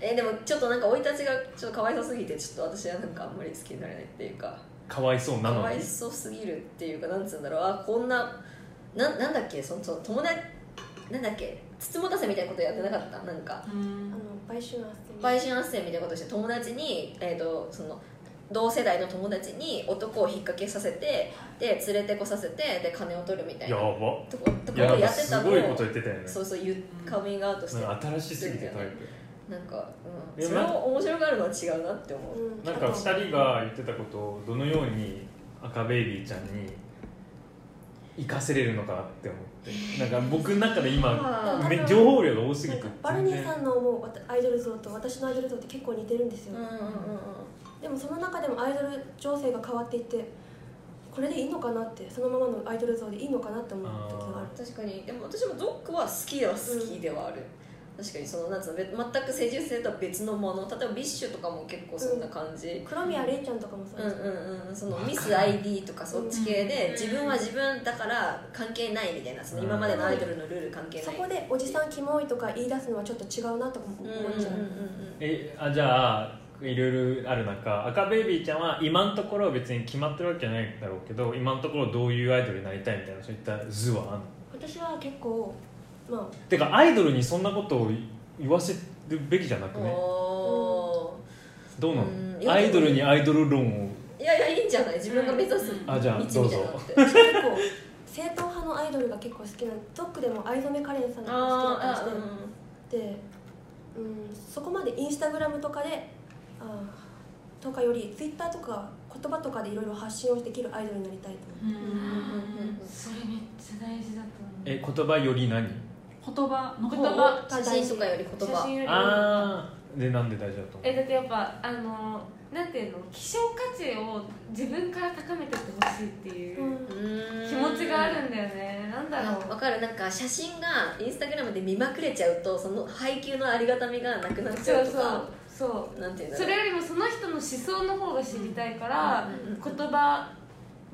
[SPEAKER 4] えでもちょっとなんか生い立ちがちょっとかわいそうすぎてちょっと私はなんかあんまり好きになれないっていうか
[SPEAKER 3] かわいそう
[SPEAKER 4] か
[SPEAKER 3] なの
[SPEAKER 4] わ
[SPEAKER 3] に
[SPEAKER 4] いそうすぎるっていうかなんつうんだろうあこんなななんだっけそのその友達なんだっけ筒持たせみたいなことやってなかったなんか
[SPEAKER 5] あの売春斡旋
[SPEAKER 4] 売春斡旋みたいなことして友達に、えー、とその同世代の友達に男を引っ掛けさせてで連れてこさせてで金を取るみたい
[SPEAKER 3] や
[SPEAKER 4] な
[SPEAKER 3] ば
[SPEAKER 4] とこと
[SPEAKER 3] い
[SPEAKER 4] こ
[SPEAKER 3] や
[SPEAKER 4] を
[SPEAKER 3] なん
[SPEAKER 4] や
[SPEAKER 3] か
[SPEAKER 4] って
[SPEAKER 3] す
[SPEAKER 4] たの
[SPEAKER 3] ごいこと言ってたよね
[SPEAKER 4] そうそうゆカミングアウトして
[SPEAKER 3] なんか新しすぎてタイ
[SPEAKER 4] なんか、うん、
[SPEAKER 3] え
[SPEAKER 4] それを面白がるのは違うなって思う
[SPEAKER 5] うん
[SPEAKER 3] プなんか2人が言ってたことをどのように赤ベイビーちゃんに活かせれるのかなって思ってなんか僕の中で今
[SPEAKER 4] はあ
[SPEAKER 3] め情報量が多すぎ
[SPEAKER 5] なん
[SPEAKER 3] て
[SPEAKER 5] かバルニーさんの思うわたアイドル像と私のアイドル像って結構似てるんです
[SPEAKER 4] う
[SPEAKER 5] よ、
[SPEAKER 4] んうんうんうん
[SPEAKER 5] でもその中でもアイドル情勢が変わっていってこれでいいのかなってそのままのアイドル像でいいのかなって思う時がある
[SPEAKER 4] 確かにでも私もドックは好きでは好きではある、確かにそのなんつうのべ全く成熟性とは別のもの例えばビッシュとかも結構そんな感じ、
[SPEAKER 5] 黒宮レイちゃんとかもそう
[SPEAKER 4] うん、
[SPEAKER 5] で
[SPEAKER 4] う
[SPEAKER 5] す、
[SPEAKER 4] んうんそのミス ID とかそっち系で
[SPEAKER 6] うん
[SPEAKER 4] 自分は自分だから関係ないみたいなその今までのアイドルのルール関係
[SPEAKER 5] そ
[SPEAKER 4] ない
[SPEAKER 5] こでおじさんキモいとか言い出すのはちょっと違うなとかも
[SPEAKER 4] うん
[SPEAKER 5] 思
[SPEAKER 4] うんうん
[SPEAKER 5] っ
[SPEAKER 4] うん
[SPEAKER 5] ちゃう、
[SPEAKER 3] えあじゃあいろいろある中赤ベイビーちゃんは今のところ別に決まってるわけじゃないんだろうけど今のところどういうアイドルになりたいみたいなそういった図はあるの
[SPEAKER 5] 私は結構まあ
[SPEAKER 3] てかアイドルにそんなことを言わせるべきじゃなく
[SPEAKER 4] うん
[SPEAKER 3] ね
[SPEAKER 4] お
[SPEAKER 3] どうな
[SPEAKER 4] うんい
[SPEAKER 3] の
[SPEAKER 4] や
[SPEAKER 3] アイドルにアイドル論を
[SPEAKER 4] ーいやいやいいんじゃない自分が目指す
[SPEAKER 3] あじゃあ
[SPEAKER 4] 道みたいなのって
[SPEAKER 5] 結構正統派のアイドルが結構好きなトックでも藍染カレンさんとか好きだった
[SPEAKER 4] あーあ
[SPEAKER 5] りしてで、うん、そこまでインスタグラムとかであーとかよりツイッターとか言葉とかでいろいろ発信をできるアイドルになりたいと思
[SPEAKER 6] う
[SPEAKER 4] うんうんうんうん
[SPEAKER 6] ん
[SPEAKER 4] うん
[SPEAKER 2] それめっちゃ大事だと
[SPEAKER 3] え言葉より何
[SPEAKER 6] 言葉の
[SPEAKER 2] 言
[SPEAKER 6] 言
[SPEAKER 2] 葉
[SPEAKER 6] 葉
[SPEAKER 4] 写真とかより言
[SPEAKER 2] 思う写
[SPEAKER 4] 葉
[SPEAKER 2] 真よりも
[SPEAKER 3] ああでなんで大事だと思
[SPEAKER 2] え
[SPEAKER 3] う
[SPEAKER 2] だってやっぱあのなんていうの希少価値を自分から高めてってほしいっていうう気持ちがあるんだよねなんだろ
[SPEAKER 4] わ
[SPEAKER 2] う
[SPEAKER 4] かるなんか写真がインスタグラムで見まくれちゃうとその配給のありがたみがなくなっち
[SPEAKER 2] そ
[SPEAKER 4] ゃ
[SPEAKER 2] う
[SPEAKER 4] うと
[SPEAKER 2] そ
[SPEAKER 4] か
[SPEAKER 2] うそう
[SPEAKER 4] なんていうんだろ
[SPEAKER 2] そうれよりもその人の思想の方が知りたいから、
[SPEAKER 4] うんうん
[SPEAKER 2] 言葉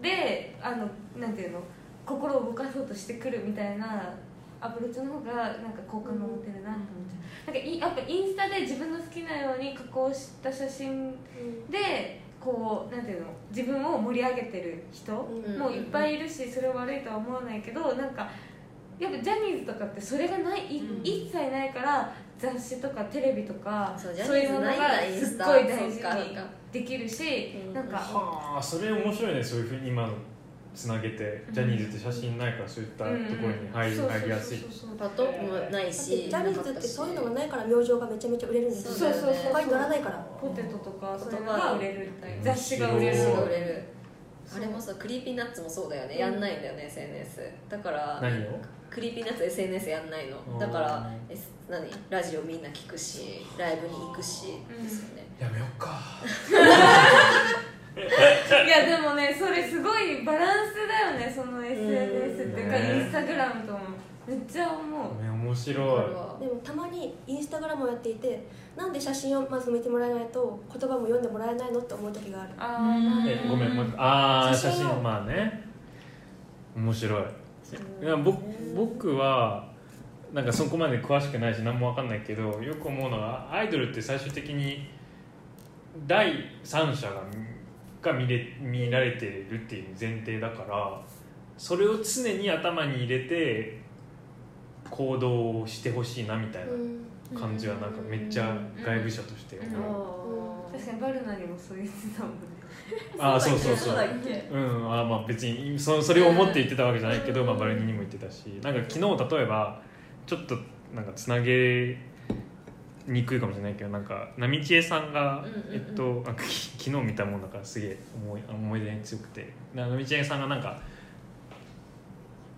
[SPEAKER 2] であのなんていうの心を動かそうとしてくるみたいなアプローチの方がなんか好感が持てるなって思っちゃう、なんかいやっぱインスタで自分の好きなように加工した写真でこうなんていうの自分を盛り上げてる人
[SPEAKER 5] う、
[SPEAKER 4] ん
[SPEAKER 2] もういっぱいいるしそれは悪いとは思わないけどなんかやっぱジャニーズとかってそれがない、い
[SPEAKER 4] うん
[SPEAKER 2] 一切ないから雑誌とかテレビとか
[SPEAKER 4] そう
[SPEAKER 2] そういうものが
[SPEAKER 4] ジャニー
[SPEAKER 2] す
[SPEAKER 4] ズ
[SPEAKER 2] っ
[SPEAKER 4] な
[SPEAKER 2] ご
[SPEAKER 4] い
[SPEAKER 2] い
[SPEAKER 4] んだ
[SPEAKER 2] 大
[SPEAKER 4] イン
[SPEAKER 2] 事
[SPEAKER 4] スタは
[SPEAKER 2] にできるし
[SPEAKER 4] うん
[SPEAKER 2] なんか
[SPEAKER 3] はあそれ面白いねそういうふうに今のつなげてジャニーズって写真ないからそういったところに入り
[SPEAKER 2] そうそうそうそう
[SPEAKER 3] 入りやすい
[SPEAKER 4] パトップもない
[SPEAKER 5] だっ
[SPEAKER 4] して
[SPEAKER 5] ジャニーズってそういうのが
[SPEAKER 4] な
[SPEAKER 5] ないから明星がめちゃめちゃ売れるんですよ
[SPEAKER 4] そうそうそう
[SPEAKER 5] 他に乗らないから
[SPEAKER 2] ポテトとかそう
[SPEAKER 4] 言葉
[SPEAKER 2] いうのが売れるみたい
[SPEAKER 3] 面白い
[SPEAKER 2] 雑誌が売れる
[SPEAKER 3] 雑誌が
[SPEAKER 4] 売れるあれもさクリーピーナッツもそうだよねやんないんだよね SNS だから
[SPEAKER 3] 何を
[SPEAKER 4] クリーピーナッツ SNS やんないのだから、S、何ラジオみんな聞くしライブに行くし
[SPEAKER 2] うん
[SPEAKER 4] ですよね
[SPEAKER 3] やめよっか
[SPEAKER 2] いやでもねそれすごいバランスだよタグラムともめっちゃ思う
[SPEAKER 3] ね面
[SPEAKER 4] こ
[SPEAKER 3] 白
[SPEAKER 4] れは
[SPEAKER 5] でもたまにインスタグラムをやっていてなんで写真をまず見てもらえないと言葉も読んでもらえないのって思う時がある
[SPEAKER 2] あ
[SPEAKER 6] うん
[SPEAKER 2] ー
[SPEAKER 3] いえごめんもう一回ああ写真まあね面白いいやぼ僕はなんかそこまで詳しくないし何も分かんないけどよく思うのはアイドルって最終的に第三者がが見れ見られてるっていう前提だからそれを常に頭に入れて行動をしてほしいなみたい
[SPEAKER 5] うん
[SPEAKER 4] うん
[SPEAKER 3] な感じはなんかめっちゃ外部者として
[SPEAKER 4] あ
[SPEAKER 3] 思う、
[SPEAKER 4] ー
[SPEAKER 2] 確かにバルナにもそう言ってたもんね
[SPEAKER 3] ああそうそうそ
[SPEAKER 6] そう
[SPEAKER 3] う
[SPEAKER 6] だっけ
[SPEAKER 3] うん、あまあ別にそそれを思って言ってたわけじゃないけど、まあ、バルニーにも言ってたしなんか昨日例えばちょっとなんかつなげにくいかもしれないけどなんか波千恵さんが、
[SPEAKER 4] うんうんうん
[SPEAKER 3] えっとあき昨日見たもんだからすげえ思い思い出に強くてな波千恵さんがなんか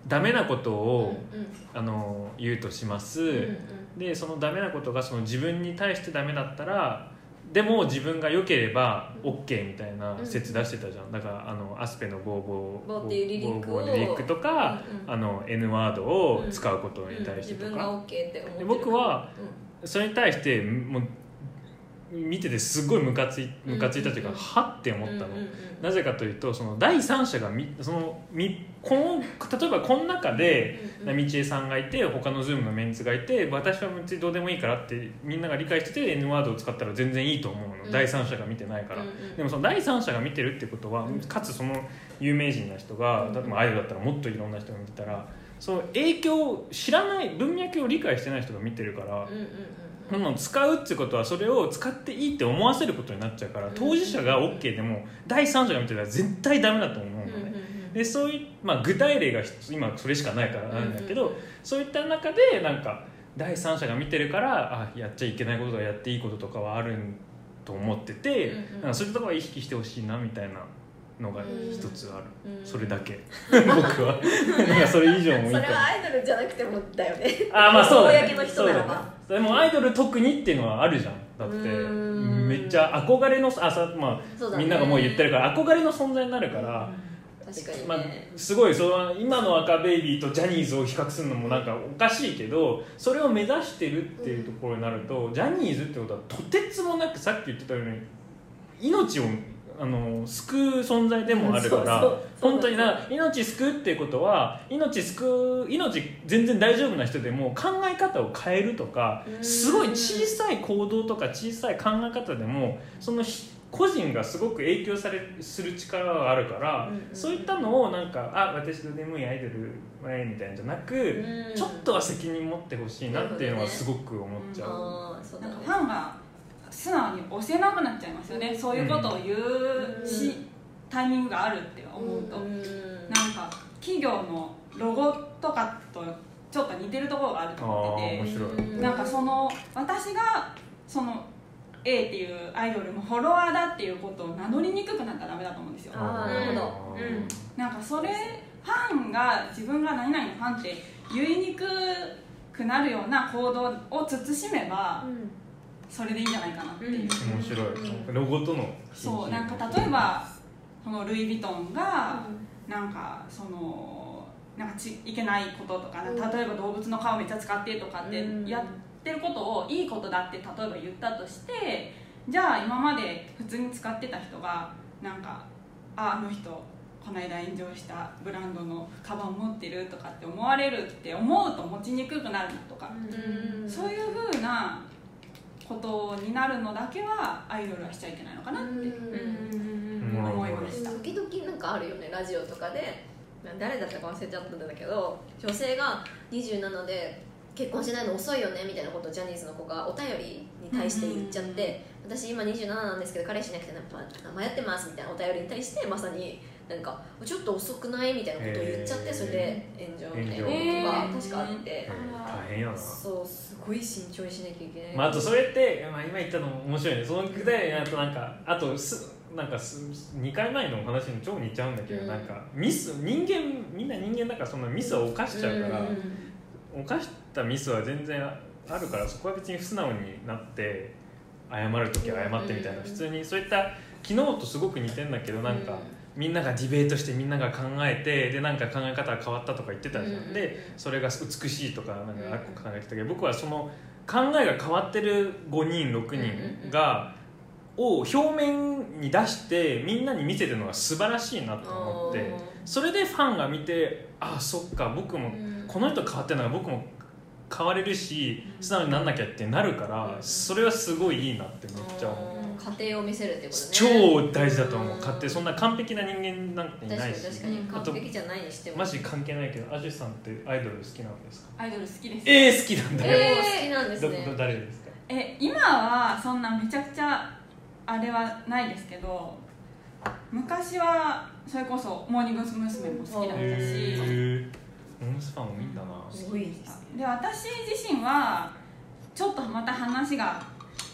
[SPEAKER 3] ダメなことを、
[SPEAKER 4] うんうん
[SPEAKER 3] あの言うとします、
[SPEAKER 4] うん
[SPEAKER 3] でそのダメなことがその自分に対してダメだったらでも自分が良ければ OK みたいな説出してたじゃん、だからあのアスペのボーボー
[SPEAKER 4] ボーっていうリリックを
[SPEAKER 3] ボーボーリリックとか、
[SPEAKER 4] うんうん
[SPEAKER 3] あの N ワードを使うことに対して
[SPEAKER 4] 自
[SPEAKER 3] とか、
[SPEAKER 4] 分が OK って思って
[SPEAKER 3] で
[SPEAKER 4] る
[SPEAKER 3] 僕はそれに対してもう見ててすごいムカついムカついたというか、
[SPEAKER 4] うんうんうん
[SPEAKER 3] はって思
[SPEAKER 4] 思
[SPEAKER 3] ったの、
[SPEAKER 4] の
[SPEAKER 3] なぜかというとその第三者がみそのみこの例えばこの中で、波千恵さんがいて他の Zoom のメンツがいて私は別にどうでもいいからってみんなが理解してて N ワードを使ったら全然いいと思うの、
[SPEAKER 4] うん
[SPEAKER 3] 第三者が見てないから、でもその第三者が見てるってことは、
[SPEAKER 4] うん
[SPEAKER 3] かつその有名人な人が、
[SPEAKER 4] うん
[SPEAKER 3] 例えばアイドルだったらもっといろんな人が見てたらその影響を知らない文脈を理解してない人が見てるから、そんなの使うってことはそれを使っていいって思わせることになっちゃうから
[SPEAKER 4] うん
[SPEAKER 3] 当事者が OK でも第三者が見てたら絶対ダメだと思うのね。でそういう、まあ、具体例がひ今それしかないからなんだけど、
[SPEAKER 4] うんうん
[SPEAKER 3] そういった中でなんか第三者が見てるからあやっちゃいけないこととかやっていいこととかはあると思ってて、
[SPEAKER 4] うんうん
[SPEAKER 3] なんかそういうところは意識してほしいなみたいなのが
[SPEAKER 4] うん
[SPEAKER 3] 一つある、
[SPEAKER 4] うん
[SPEAKER 3] それだけ 僕はなんかそれ以上もいい
[SPEAKER 4] そ
[SPEAKER 3] か
[SPEAKER 4] れ
[SPEAKER 3] ら
[SPEAKER 4] はアイドルじゃなくてもだよね
[SPEAKER 3] あーまあそうだ、ね、
[SPEAKER 4] 公の人ならば
[SPEAKER 3] そうだねでもアイドル特にっていうのはあるじゃんだって
[SPEAKER 4] うーん
[SPEAKER 3] めっちゃ憧れのあさ、ま
[SPEAKER 4] そう
[SPEAKER 3] あ、
[SPEAKER 4] だね
[SPEAKER 3] みんながもう言ってるから憧れの存在になるから、
[SPEAKER 4] 確かにね、
[SPEAKER 3] まあ、すごいその今の赤ベイビーとジャニーズを比較するのもなんかおかしいけどそれを目指してるっていうところになると、ジャニーズってことはとてつもなくさっき言ってたように命をあの救う存在でもあるから
[SPEAKER 4] そうそう
[SPEAKER 3] 本当にな命救うっていうことは命救う命全然大丈夫な人でも考え方を変えるとか
[SPEAKER 4] うん
[SPEAKER 3] すごい小さい行動とか小さい考え方でもそのひ個人がすごく影響されする力があるから、
[SPEAKER 4] うんうん
[SPEAKER 3] そういったのをなんかあ私の眠いアイドル前みたいなんじゃなく、
[SPEAKER 4] うん
[SPEAKER 3] ちょっとは責任持ってほしいなっていうのはすごく思っちゃう。
[SPEAKER 4] あーそうだ
[SPEAKER 6] なん
[SPEAKER 4] ね
[SPEAKER 6] かファンが素直に教えなくなっちゃいますよねそういうことを言うし、
[SPEAKER 4] うん
[SPEAKER 6] タイミングがあるって思うと、
[SPEAKER 4] う
[SPEAKER 6] な
[SPEAKER 4] ん
[SPEAKER 6] んか企業のロゴとかとちょっと似てるところがあると思って
[SPEAKER 3] あー面
[SPEAKER 6] て
[SPEAKER 3] 白い
[SPEAKER 4] うん
[SPEAKER 6] なんかその私がその A っていうアイドルのフォロワーだっていうことを名乗りにくくなったらダメだと思うんですよ
[SPEAKER 4] あーなるほ
[SPEAKER 2] どうん
[SPEAKER 6] なんかそれファンが自分が何々のファンって言いにくくなるような行動を慎めば
[SPEAKER 4] うん
[SPEAKER 6] それでいいんじゃないかなっていう、
[SPEAKER 4] うん
[SPEAKER 3] 面白い、ロゴとの
[SPEAKER 6] そうなんか例えばそのルイ・ヴィトンがなんかそのなんかちいけないこととか、
[SPEAKER 5] うん
[SPEAKER 6] 例えば動物の顔めっちゃ使ってとかって
[SPEAKER 4] うん
[SPEAKER 6] やってることをいいことだって例えば言ったとしてじゃあ今まで普通に使ってた人がなんかああの人この間炎上したブランドのカバン持ってるとかって思われるって思うと持ちにくくなるとか、
[SPEAKER 4] うん
[SPEAKER 6] そういうふうなことになるのだけはアイドルはしちゃいけないのかなって
[SPEAKER 3] うん
[SPEAKER 6] 思いました。
[SPEAKER 4] 時々なんかあるよねラジオとかで誰だったか忘れちゃったんだけど女性が27で結婚しないの遅いよねみたいなことをジャニーズの子がお便りに対して言っちゃって、私今27なんですけど彼氏いなくてま迷ってますみたいなお便りに対してまさになんかちょっと遅くないみたいなことを言っちゃって
[SPEAKER 3] へー
[SPEAKER 4] それで炎上みたいなことが確かあって、
[SPEAKER 3] 大変よな
[SPEAKER 4] そうすごい慎重にしなきゃいけない、
[SPEAKER 3] まあ、あとそれって、まあ、今言ったのも面白いねその具体例になるとなんかあとすなんかす2回前のお話に超似ちゃうんだけど、
[SPEAKER 4] うん
[SPEAKER 3] なんかミス人間みんな人間だからそんなミスを犯しちゃうから、
[SPEAKER 4] ん
[SPEAKER 3] 犯したミスは全然あるからそこは別に素直になって謝る時は謝ってみたいな、
[SPEAKER 4] うん
[SPEAKER 3] 普通にそういった昨日とすごく似てんだけどなんか、
[SPEAKER 4] う
[SPEAKER 3] みんながディベートしてみんなが考えてでなんか考え方が変わったとか言ってたじゃん、
[SPEAKER 4] うんうんうん
[SPEAKER 3] でそれが美しいとかなんか考えてたけど、僕はその考えが変わってる5人6人が、を表面に出してみんなに見せてるのが素晴らしいなと思ってそれでファンが見てあそっか僕もこの人変わってるのが僕も変われるし素直になんなきゃってなるからそれはすごいいいなってめっちゃ思う。
[SPEAKER 4] う家庭を見せるってことね
[SPEAKER 3] 超大事だと思う
[SPEAKER 4] うん
[SPEAKER 3] 家庭そんな完璧な人間なんてい
[SPEAKER 4] 確か
[SPEAKER 3] ない
[SPEAKER 4] に
[SPEAKER 3] し
[SPEAKER 4] 確かに
[SPEAKER 2] うん
[SPEAKER 3] あと
[SPEAKER 4] 完璧じゃないにしても
[SPEAKER 3] マジ関係ないけどアジュさんってアイドル好きなんですか
[SPEAKER 6] アイドル好きです
[SPEAKER 3] えー、好きなんだよ、
[SPEAKER 4] えー好きなんです
[SPEAKER 3] ど
[SPEAKER 4] ね
[SPEAKER 3] ど誰ですか
[SPEAKER 6] え今はそんなめちゃくちゃあれはないですけど昔はそれこそモーニング娘。も好きだったし、
[SPEAKER 3] へーモームスファンもいいんだな
[SPEAKER 4] すごいです
[SPEAKER 6] で私自身はちょっとまた話が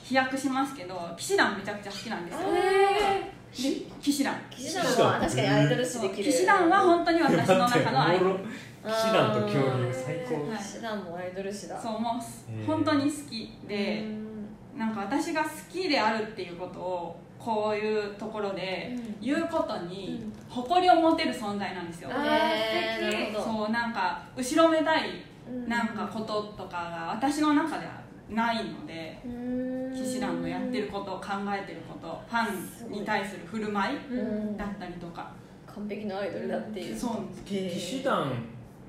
[SPEAKER 6] 飛躍しますけど騎士団めちゃくちゃ好きなんですよ、で騎士団
[SPEAKER 4] 騎士団は確かにアイドル視
[SPEAKER 6] そう
[SPEAKER 4] できる
[SPEAKER 6] 騎士団は本当に私の中の アイドル
[SPEAKER 3] 待っておもろ騎士団と恐竜最高
[SPEAKER 6] はい
[SPEAKER 4] 騎士団もアイドル視だ
[SPEAKER 6] そうも
[SPEAKER 3] へー
[SPEAKER 6] う本当に好きで
[SPEAKER 4] うん
[SPEAKER 6] なんか私が好きであるっていうことをこういうところで言うことに誇りを持てる存在なんですよ、
[SPEAKER 2] あー
[SPEAKER 4] えー
[SPEAKER 2] 素敵
[SPEAKER 4] なるほど
[SPEAKER 6] そうなんか後ろめたい
[SPEAKER 4] うん
[SPEAKER 6] なんかこととかが私の中ではないので
[SPEAKER 4] うん
[SPEAKER 6] 騎士団のやってること考えてることファンに対する振る舞い
[SPEAKER 4] うん
[SPEAKER 6] だったりとか
[SPEAKER 4] 完璧なアイドルだっていう
[SPEAKER 6] そうなんです
[SPEAKER 4] へー
[SPEAKER 3] 騎士団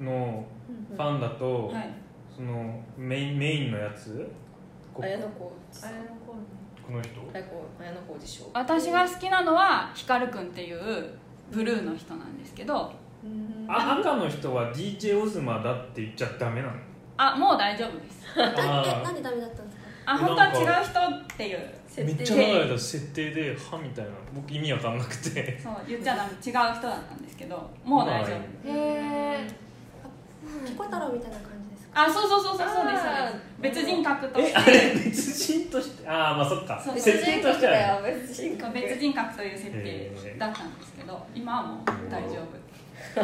[SPEAKER 3] のファンだと、
[SPEAKER 6] はい
[SPEAKER 3] そのメインメインのやつこ
[SPEAKER 4] 綾野子
[SPEAKER 2] あれの頃ね
[SPEAKER 3] この人
[SPEAKER 4] 綾子綾野子でしょ
[SPEAKER 6] 私が好きなのはヒカルくんっていうブルーの人なんですけど
[SPEAKER 3] あ赤の人は DJ オズマだって言っちゃダメなの
[SPEAKER 6] あもう大丈夫です
[SPEAKER 5] なえ
[SPEAKER 3] あ
[SPEAKER 5] なんでダメだったんですか
[SPEAKER 6] あ本当は違う人っていう
[SPEAKER 3] ーめっちゃ長い間設定で「は」みたいな僕意味わかんなくて
[SPEAKER 6] そう言っちゃダメ違う人だったんですけどもう大丈夫
[SPEAKER 2] へえ
[SPEAKER 5] ピコ太郎みたいな感じですか
[SPEAKER 6] あそうそうそうそうそうです
[SPEAKER 2] あー
[SPEAKER 6] そうです別人格と
[SPEAKER 3] え
[SPEAKER 6] し
[SPEAKER 3] あ
[SPEAKER 6] て
[SPEAKER 3] れ別人としてああまあそっか
[SPEAKER 6] そう
[SPEAKER 3] 設定としては
[SPEAKER 4] 別人格
[SPEAKER 6] 別人格という設定だったんですけど今はもう大丈夫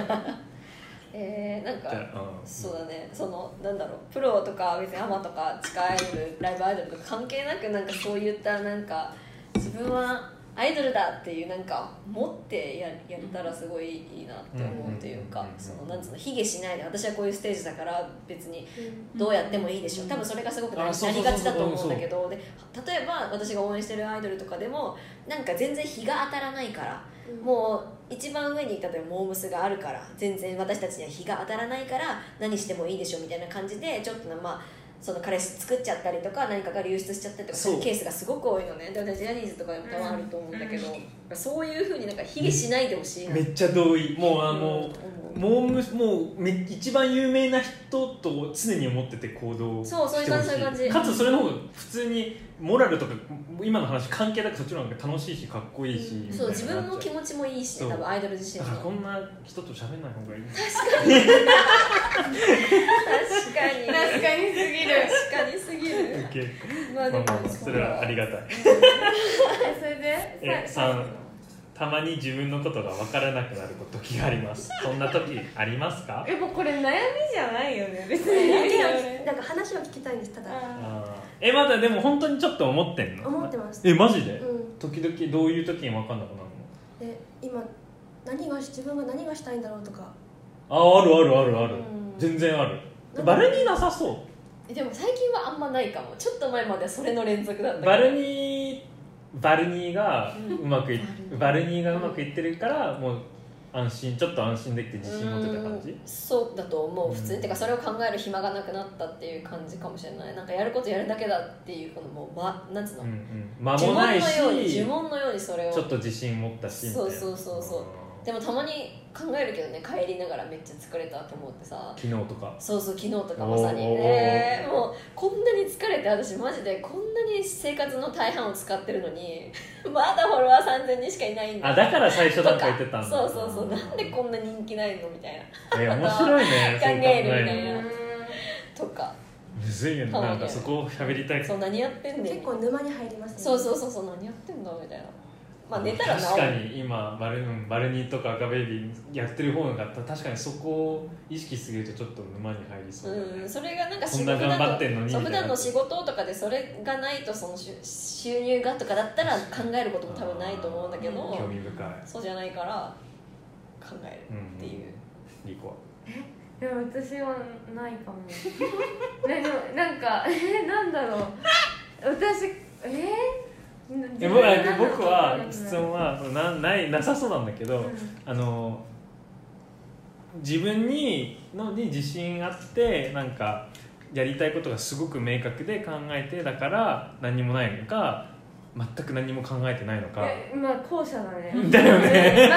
[SPEAKER 4] えー、なん
[SPEAKER 3] じ
[SPEAKER 4] か
[SPEAKER 3] ゃあうん
[SPEAKER 4] そうだねそのなんだろうプロとか別にアマとか地下アイドルライブアイドルとか関係なくなんかそういったなんか自分はアイドルだっていうなんか持ってややれたらすごいいいなって思うという
[SPEAKER 3] うん
[SPEAKER 4] か
[SPEAKER 3] うんうんうん
[SPEAKER 4] そのなんつうの卑下しないで私はこういうステージだから別にどうやってもいいでしょ多分それがすごくな
[SPEAKER 3] あ
[SPEAKER 4] り
[SPEAKER 3] そう
[SPEAKER 4] な
[SPEAKER 3] そうそう
[SPEAKER 4] りがちだと思うんだけどで例えば私が応援してるアイドルとかでもなんか全然日が当たらないから
[SPEAKER 5] うん
[SPEAKER 4] もう一番上に例えばモームスがあるから全然私たちには日が当たらないから何してもいいでしょみたいな感じでちょっとなまあその彼氏作っちゃったりとか何かが流出しちゃったりとか
[SPEAKER 3] そう
[SPEAKER 4] するケースがすごく多いのねで私ジャニーズとかでも多分あると思うんだけど、そういうふうになんか卑下しないでほしいな
[SPEAKER 3] めっちゃ同意もうあ
[SPEAKER 4] 思
[SPEAKER 3] の
[SPEAKER 4] う
[SPEAKER 3] もうむもうめ一番有名な人と常に思ってて行動して
[SPEAKER 4] そ
[SPEAKER 3] ほ
[SPEAKER 4] うそう
[SPEAKER 3] しい
[SPEAKER 4] い
[SPEAKER 3] う
[SPEAKER 4] 感じそういう感じ
[SPEAKER 3] かつそれの方が普通にモラルとか今の話関係なくそっちの方が楽しいしかっこいいしみたいな
[SPEAKER 4] そう自分も気持ちもいいし、ね、
[SPEAKER 3] そう
[SPEAKER 4] 多分アイドル自
[SPEAKER 3] だ
[SPEAKER 4] 身
[SPEAKER 3] から
[SPEAKER 4] の
[SPEAKER 3] こんな人と喋んない方がいい
[SPEAKER 4] 確かに確かにすぎる確かにすぎる
[SPEAKER 3] OK
[SPEAKER 4] まあで
[SPEAKER 3] まあま
[SPEAKER 4] も
[SPEAKER 3] あまあそれはありがたい
[SPEAKER 2] それで
[SPEAKER 3] え三たまに自分のことが分からなくなる時がありますそんな時ありますか
[SPEAKER 2] えもうこれ悩みじゃないよね別に
[SPEAKER 5] 意見を聞きなんか話を聞きたいんですただ
[SPEAKER 3] あーえまだでも本当にちょっと思ってんの
[SPEAKER 5] 思ってます
[SPEAKER 3] えマジで、
[SPEAKER 5] うん
[SPEAKER 3] 時々どういう時に分かんなくなるの
[SPEAKER 5] で今何がし自分は何がしたいんだろうとか
[SPEAKER 3] ああるあるあるある、
[SPEAKER 4] うん
[SPEAKER 3] 全然ある
[SPEAKER 5] なんか
[SPEAKER 3] バルニーなさそ
[SPEAKER 4] でも最近はあんまないかもちょっと前まではそれの連続だった
[SPEAKER 3] う
[SPEAKER 4] けど
[SPEAKER 3] バルニーバルニーがうまくい、
[SPEAKER 4] うん
[SPEAKER 3] バルニーがうまくいってるから、もう安心ちょっと安心できて自信持てた感じ、
[SPEAKER 4] うんそうだと思う普通に、
[SPEAKER 3] うん
[SPEAKER 4] てかそれを考える暇がなくなったっていう感じかもしれないなんかやることやるだけだっていうこのもう、ま、なんつうの、
[SPEAKER 3] うんうん、間
[SPEAKER 4] 呪
[SPEAKER 3] も
[SPEAKER 4] 文
[SPEAKER 3] な
[SPEAKER 4] の
[SPEAKER 3] いし
[SPEAKER 4] ように呪文のようにそれを
[SPEAKER 3] ちょっと自信持ったしみたいな
[SPEAKER 4] そうそうそうそう
[SPEAKER 3] うん
[SPEAKER 4] でもたまに考えるけどね帰りながらめっちゃ疲れたと思ってさ
[SPEAKER 3] 昨日とか
[SPEAKER 4] そうそう昨日とかまさにねもうこんなに疲れて私マジでこんなに生活の大半を使ってるのに まだフォロワー3000人しかいないんだ
[SPEAKER 3] あだから最初
[SPEAKER 4] と
[SPEAKER 3] だ
[SPEAKER 4] か
[SPEAKER 3] と言ってたんだ
[SPEAKER 4] そうそうそうなんでこんな人気ないのみたいな
[SPEAKER 3] え面白いね
[SPEAKER 4] 考
[SPEAKER 3] そう考
[SPEAKER 4] えるみた
[SPEAKER 3] え
[SPEAKER 4] い
[SPEAKER 3] る
[SPEAKER 4] な
[SPEAKER 3] の
[SPEAKER 4] とか
[SPEAKER 3] むずいよね
[SPEAKER 4] そうね
[SPEAKER 3] なんかそこを喋りたい
[SPEAKER 4] そう何やってんねん
[SPEAKER 5] 結構沼に入りますね
[SPEAKER 4] そうそうそうそう何やってんだみたいなまあ寝たら治
[SPEAKER 3] 確か
[SPEAKER 4] る
[SPEAKER 3] に今バル,、うん、バルニーとか赤ベイビーやってる方が確かにそこを意識するとちょっと沼に入りそうだね、
[SPEAKER 4] うん、それがなんか
[SPEAKER 3] こ
[SPEAKER 4] 仕
[SPEAKER 3] ん
[SPEAKER 4] 事
[SPEAKER 3] な
[SPEAKER 4] だ
[SPEAKER 3] 頑張っ
[SPEAKER 4] と
[SPEAKER 3] てんのに
[SPEAKER 4] そう
[SPEAKER 3] み
[SPEAKER 4] 普
[SPEAKER 3] たいな
[SPEAKER 4] 段の仕事とかでそれがないとその収収入がとかだったら考えることも多分ないと思うんだけど
[SPEAKER 3] 興味深い
[SPEAKER 4] そうじゃないから考えるっていう、
[SPEAKER 3] リコは
[SPEAKER 2] でも私はないかもねでもなんかえなんだろう私えー、
[SPEAKER 3] え僕僕は質問はなないなさそうなんだけど、
[SPEAKER 2] うん
[SPEAKER 3] あの自分にのに自信あってなんかやりたいことがすごく明確で考えてだから何もないのか全く何も考えてないのか
[SPEAKER 2] えまあ後者だね
[SPEAKER 3] だよね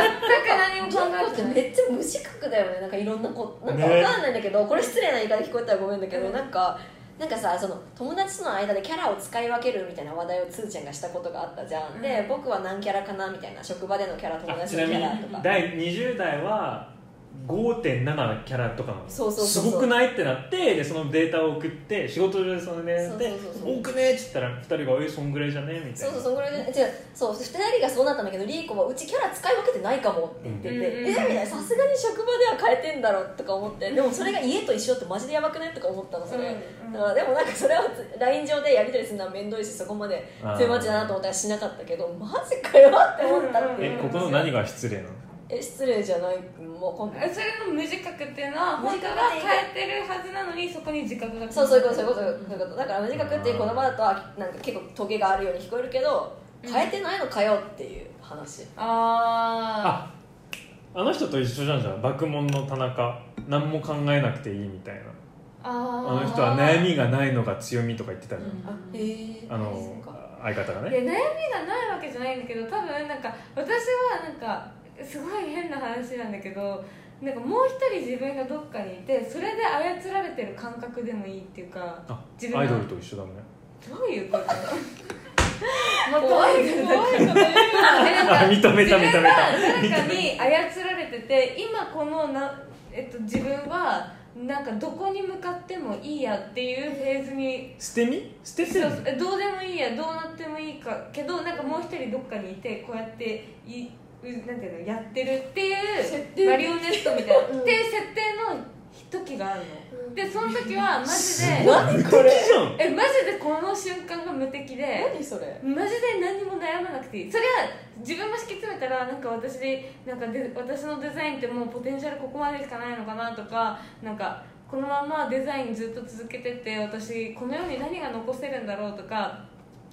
[SPEAKER 2] 全く何も
[SPEAKER 4] 情報
[SPEAKER 2] 考え
[SPEAKER 4] ってて
[SPEAKER 2] ない
[SPEAKER 4] めっちゃ無自覚だよねなんかいろんなことなんか
[SPEAKER 3] ね
[SPEAKER 4] わかんないんだけど、これ失礼な言い方聞こえたらごめんだけど、
[SPEAKER 2] うん
[SPEAKER 4] なんかなんかさその友達との間でキャラを使い分けるみたいな話題をつーちゃんがしたことがあったじゃん、
[SPEAKER 2] うん
[SPEAKER 4] で僕は何キャラかなみたいな職場でのキャラ友
[SPEAKER 3] あ
[SPEAKER 4] 達
[SPEAKER 3] ち
[SPEAKER 4] の
[SPEAKER 3] な
[SPEAKER 4] キ
[SPEAKER 3] み
[SPEAKER 4] ャ
[SPEAKER 3] に
[SPEAKER 4] ラとか
[SPEAKER 3] 第20代は5.7キャラとかなの
[SPEAKER 4] そうそうそうそう
[SPEAKER 3] すごくないってなってでそのデータを送って仕事上でそのデータで
[SPEAKER 4] そうそうそうそう
[SPEAKER 3] 多くねっつったら2人が「えそんぐらいじゃね?」みた
[SPEAKER 4] そ
[SPEAKER 3] いうな
[SPEAKER 4] そうそのぐらいで違うそう2人がそうなったんだけどリーコはうちキャラ使い分けてないかもって言ってて、
[SPEAKER 2] うん
[SPEAKER 4] えみたいなさすがに職場では変えてんだろうとか思ってでもそれが家と一緒ってマジでやばくないとか思ったのそれ、
[SPEAKER 2] うん
[SPEAKER 4] だからでもなんかそれを LINE 上でやり取りするのは面倒いしそこまで
[SPEAKER 3] あー
[SPEAKER 4] 手間だなと思ったらしなかったけどマジかよって思ったってい
[SPEAKER 3] え
[SPEAKER 4] う
[SPEAKER 3] ここの何が失礼なの
[SPEAKER 4] え失礼じゃないもう今回
[SPEAKER 2] えそれの無自覚っていうのは
[SPEAKER 4] 無
[SPEAKER 2] 本
[SPEAKER 4] 自
[SPEAKER 2] 当
[SPEAKER 4] 覚
[SPEAKER 2] は変えてるはずなのにそこに自覚が
[SPEAKER 4] そうそういうことそういうことそういうことだから無自覚っていう言葉だとあなんか結構トゲがあるように聞こえるけど変えてないのかよっていう話
[SPEAKER 2] あ
[SPEAKER 3] ああの人と一緒じゃんじゃん爆問の田中何も考えなくていいみたいな
[SPEAKER 2] ああ
[SPEAKER 3] あの人は悩みがないのが強みとか言ってたじゃん、
[SPEAKER 4] あへえ
[SPEAKER 3] あの相方が
[SPEAKER 2] い
[SPEAKER 3] ね
[SPEAKER 2] や悩みがないわけじゃないんだけど多分なんか私はなんかすごい変な話なんだけどなんかもう一人自分がどっかにいてそれで操られてる感覚でもいいっていうか
[SPEAKER 3] あ
[SPEAKER 2] 自分の
[SPEAKER 3] アイドルと一緒だもんね
[SPEAKER 2] どういうことまあ
[SPEAKER 4] 怖い
[SPEAKER 2] どうう
[SPEAKER 4] 怖
[SPEAKER 2] こと
[SPEAKER 4] い怖い
[SPEAKER 2] でなんか
[SPEAKER 3] あ認めた認めた
[SPEAKER 2] 自分が誰かに操られてて今このな、えっと、自分はなんかどこに向かってもいいやっていうフェーズに
[SPEAKER 3] 捨て身捨てて
[SPEAKER 2] そ
[SPEAKER 3] る
[SPEAKER 2] うそうえどうでもいいやどうなってもいいかけどなんかもう一人どっかにいてこうやっていうんなんていうのやってるっていうマリオネットみたいな、
[SPEAKER 5] うん
[SPEAKER 2] っていう設定の時があるの、
[SPEAKER 5] うん
[SPEAKER 2] でその時はマジ
[SPEAKER 3] す
[SPEAKER 2] で
[SPEAKER 3] ごい無敵じゃん
[SPEAKER 2] えマジでこの瞬間が無敵で
[SPEAKER 4] 何それ
[SPEAKER 2] マジで何も悩まなくていいそれは自分が敷き詰めたらなんか私でなんかで私のデザインってもうポテンシャルここまでしかないのかなとかなんかこのままデザインずっと続けてって私この世に何が残せるんだろうとか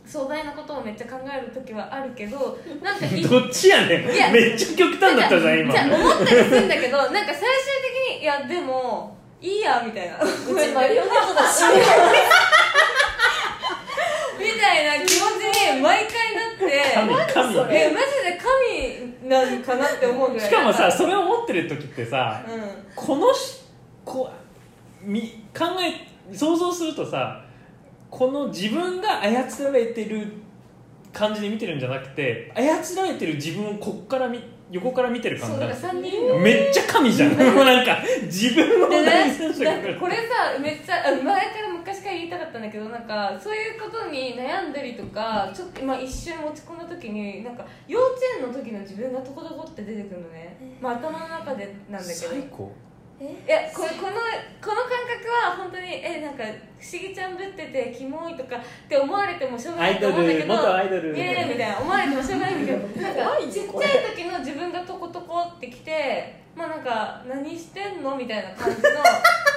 [SPEAKER 2] 壮大なことをめっちゃ考える時はあるけどなんかい
[SPEAKER 3] どっちやねん
[SPEAKER 2] いや
[SPEAKER 3] めっちゃ極端だったじゃん今
[SPEAKER 2] じゃあ思ったりするんだけどなんか最終的にいやでもいいやみたいな
[SPEAKER 4] うちマリオネットだし
[SPEAKER 2] みたいな気持ちに毎回なって
[SPEAKER 3] 神神
[SPEAKER 4] それ
[SPEAKER 2] えマジで神なんかなって思うぐらい
[SPEAKER 3] しかも
[SPEAKER 2] な
[SPEAKER 3] さ
[SPEAKER 2] ん
[SPEAKER 3] それを持ってる時ってさ
[SPEAKER 2] うん
[SPEAKER 3] このしこみ考え想像するとさこの自分が操られてる感じで見てるんじゃなくて操られてる自分をこっからみ横から見てる感
[SPEAKER 2] そ
[SPEAKER 3] じ
[SPEAKER 2] う
[SPEAKER 3] な
[SPEAKER 2] だ
[SPEAKER 3] ん
[SPEAKER 2] か
[SPEAKER 3] で
[SPEAKER 2] ら
[SPEAKER 3] す
[SPEAKER 2] 三人
[SPEAKER 3] めっちゃ神 じゃんもうなんか自分を
[SPEAKER 2] で
[SPEAKER 3] 大
[SPEAKER 2] ね
[SPEAKER 3] 事にして
[SPEAKER 2] なん
[SPEAKER 3] くれ
[SPEAKER 2] かこれさめっちゃあ前から昔から言いたかったんだけどなんかそういうことに悩んだりとかちょっと、まあ、一瞬落ち込んだ時になんか幼稚園の時の自分がとことこって出てくるのね、まあ、頭の中でなんだけど
[SPEAKER 3] 最高
[SPEAKER 2] いやこれこのこの感覚は本当にえなんか不思議ちゃんぶっててキモいとかって思われてもしょうが
[SPEAKER 3] ア
[SPEAKER 2] ない
[SPEAKER 3] イ
[SPEAKER 2] と
[SPEAKER 3] ド
[SPEAKER 2] 思うんだけ
[SPEAKER 3] ル
[SPEAKER 2] ど
[SPEAKER 3] 元アイドル
[SPEAKER 2] イエーイみたいな思われてもしょうがないんだけどなん
[SPEAKER 4] 怖い
[SPEAKER 2] か
[SPEAKER 4] ね
[SPEAKER 2] ちっち
[SPEAKER 4] これ
[SPEAKER 2] ゃい時の自分がトコトコってきてまあなんか何してんのみたいな感じの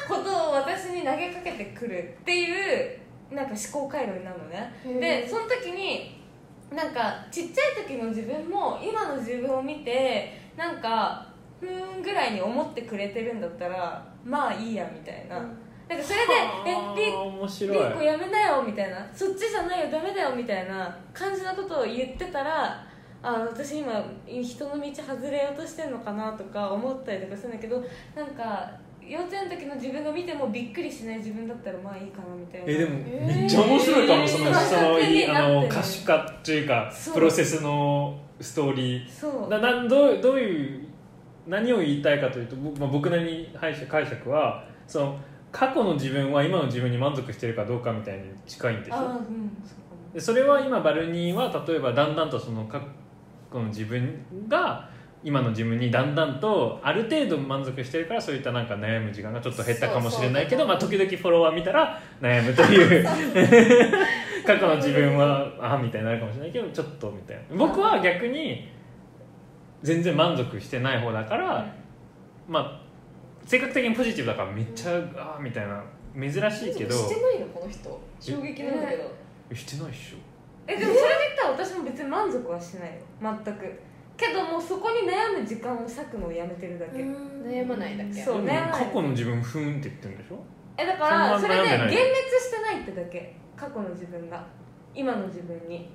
[SPEAKER 2] ことを私に投げかけてくるっていうなんか思考回路になるのねでその時になんかちっちゃい時の自分も今の自分を見てなんかふーんぐらいに思ってくれてるんだったらまあいいやみたいな、なんかそれで「
[SPEAKER 3] あー
[SPEAKER 2] えリ
[SPEAKER 3] 面
[SPEAKER 2] リ
[SPEAKER 3] 白い
[SPEAKER 2] ーコやめなよみたいなそっちじゃないよダメだよみたいな感じのことを言ってたらあ私今人の道外れようとしてんのかなとか思ったりとかするんだけどなんか幼稚園の時の自分が見てもびっくりしない自分だったらまあいいかなみたいな
[SPEAKER 3] えでもめっちゃ面白いかも、
[SPEAKER 2] えー
[SPEAKER 3] そのそのいいあの
[SPEAKER 2] そう
[SPEAKER 3] 歌手化というか
[SPEAKER 2] そう
[SPEAKER 3] プロセスのストーリー
[SPEAKER 2] そう
[SPEAKER 3] ななどうどういう何を言いたいかというと僕,、まあ、僕なりに解釈解釈はその過去の自分は今の自分に満足してるかどうかみたいに近いんでし
[SPEAKER 2] あー
[SPEAKER 3] ょ
[SPEAKER 2] うんそうかも
[SPEAKER 3] でそれは今バルニーは例えばだんだんとその過過去の自分が今の自分にだんだんとある程度満足してるからそういったなんか悩む時間がちょっと減ったかもしれないけどまあ、時々フォロワー見たら悩むという過去の自分はあみたいになるかもしれないけどちょっとみたいな僕は逆に全然満足してない方だから、まあ性格的にポジティブだからめっちゃあみたいな珍しいけど
[SPEAKER 4] してないのこの人衝撃なんだけど
[SPEAKER 3] してないっしょ
[SPEAKER 2] えでもそれで言ったら私も別に満足はしないよ全くけどもうそこに悩む時間を割くのをやめてるだけ、
[SPEAKER 7] 悩
[SPEAKER 5] 悩
[SPEAKER 7] まないだけ
[SPEAKER 2] そう
[SPEAKER 3] でも
[SPEAKER 2] 悩まな
[SPEAKER 3] 過
[SPEAKER 2] い
[SPEAKER 3] 去の自分ふーんって言ってるんでしょ
[SPEAKER 2] えだから
[SPEAKER 3] そ
[SPEAKER 2] そ
[SPEAKER 3] んな悩
[SPEAKER 2] れ
[SPEAKER 3] ん
[SPEAKER 2] で
[SPEAKER 3] でな
[SPEAKER 2] 幻
[SPEAKER 3] い
[SPEAKER 2] 滅してないってだけ過去の自分が今の自分に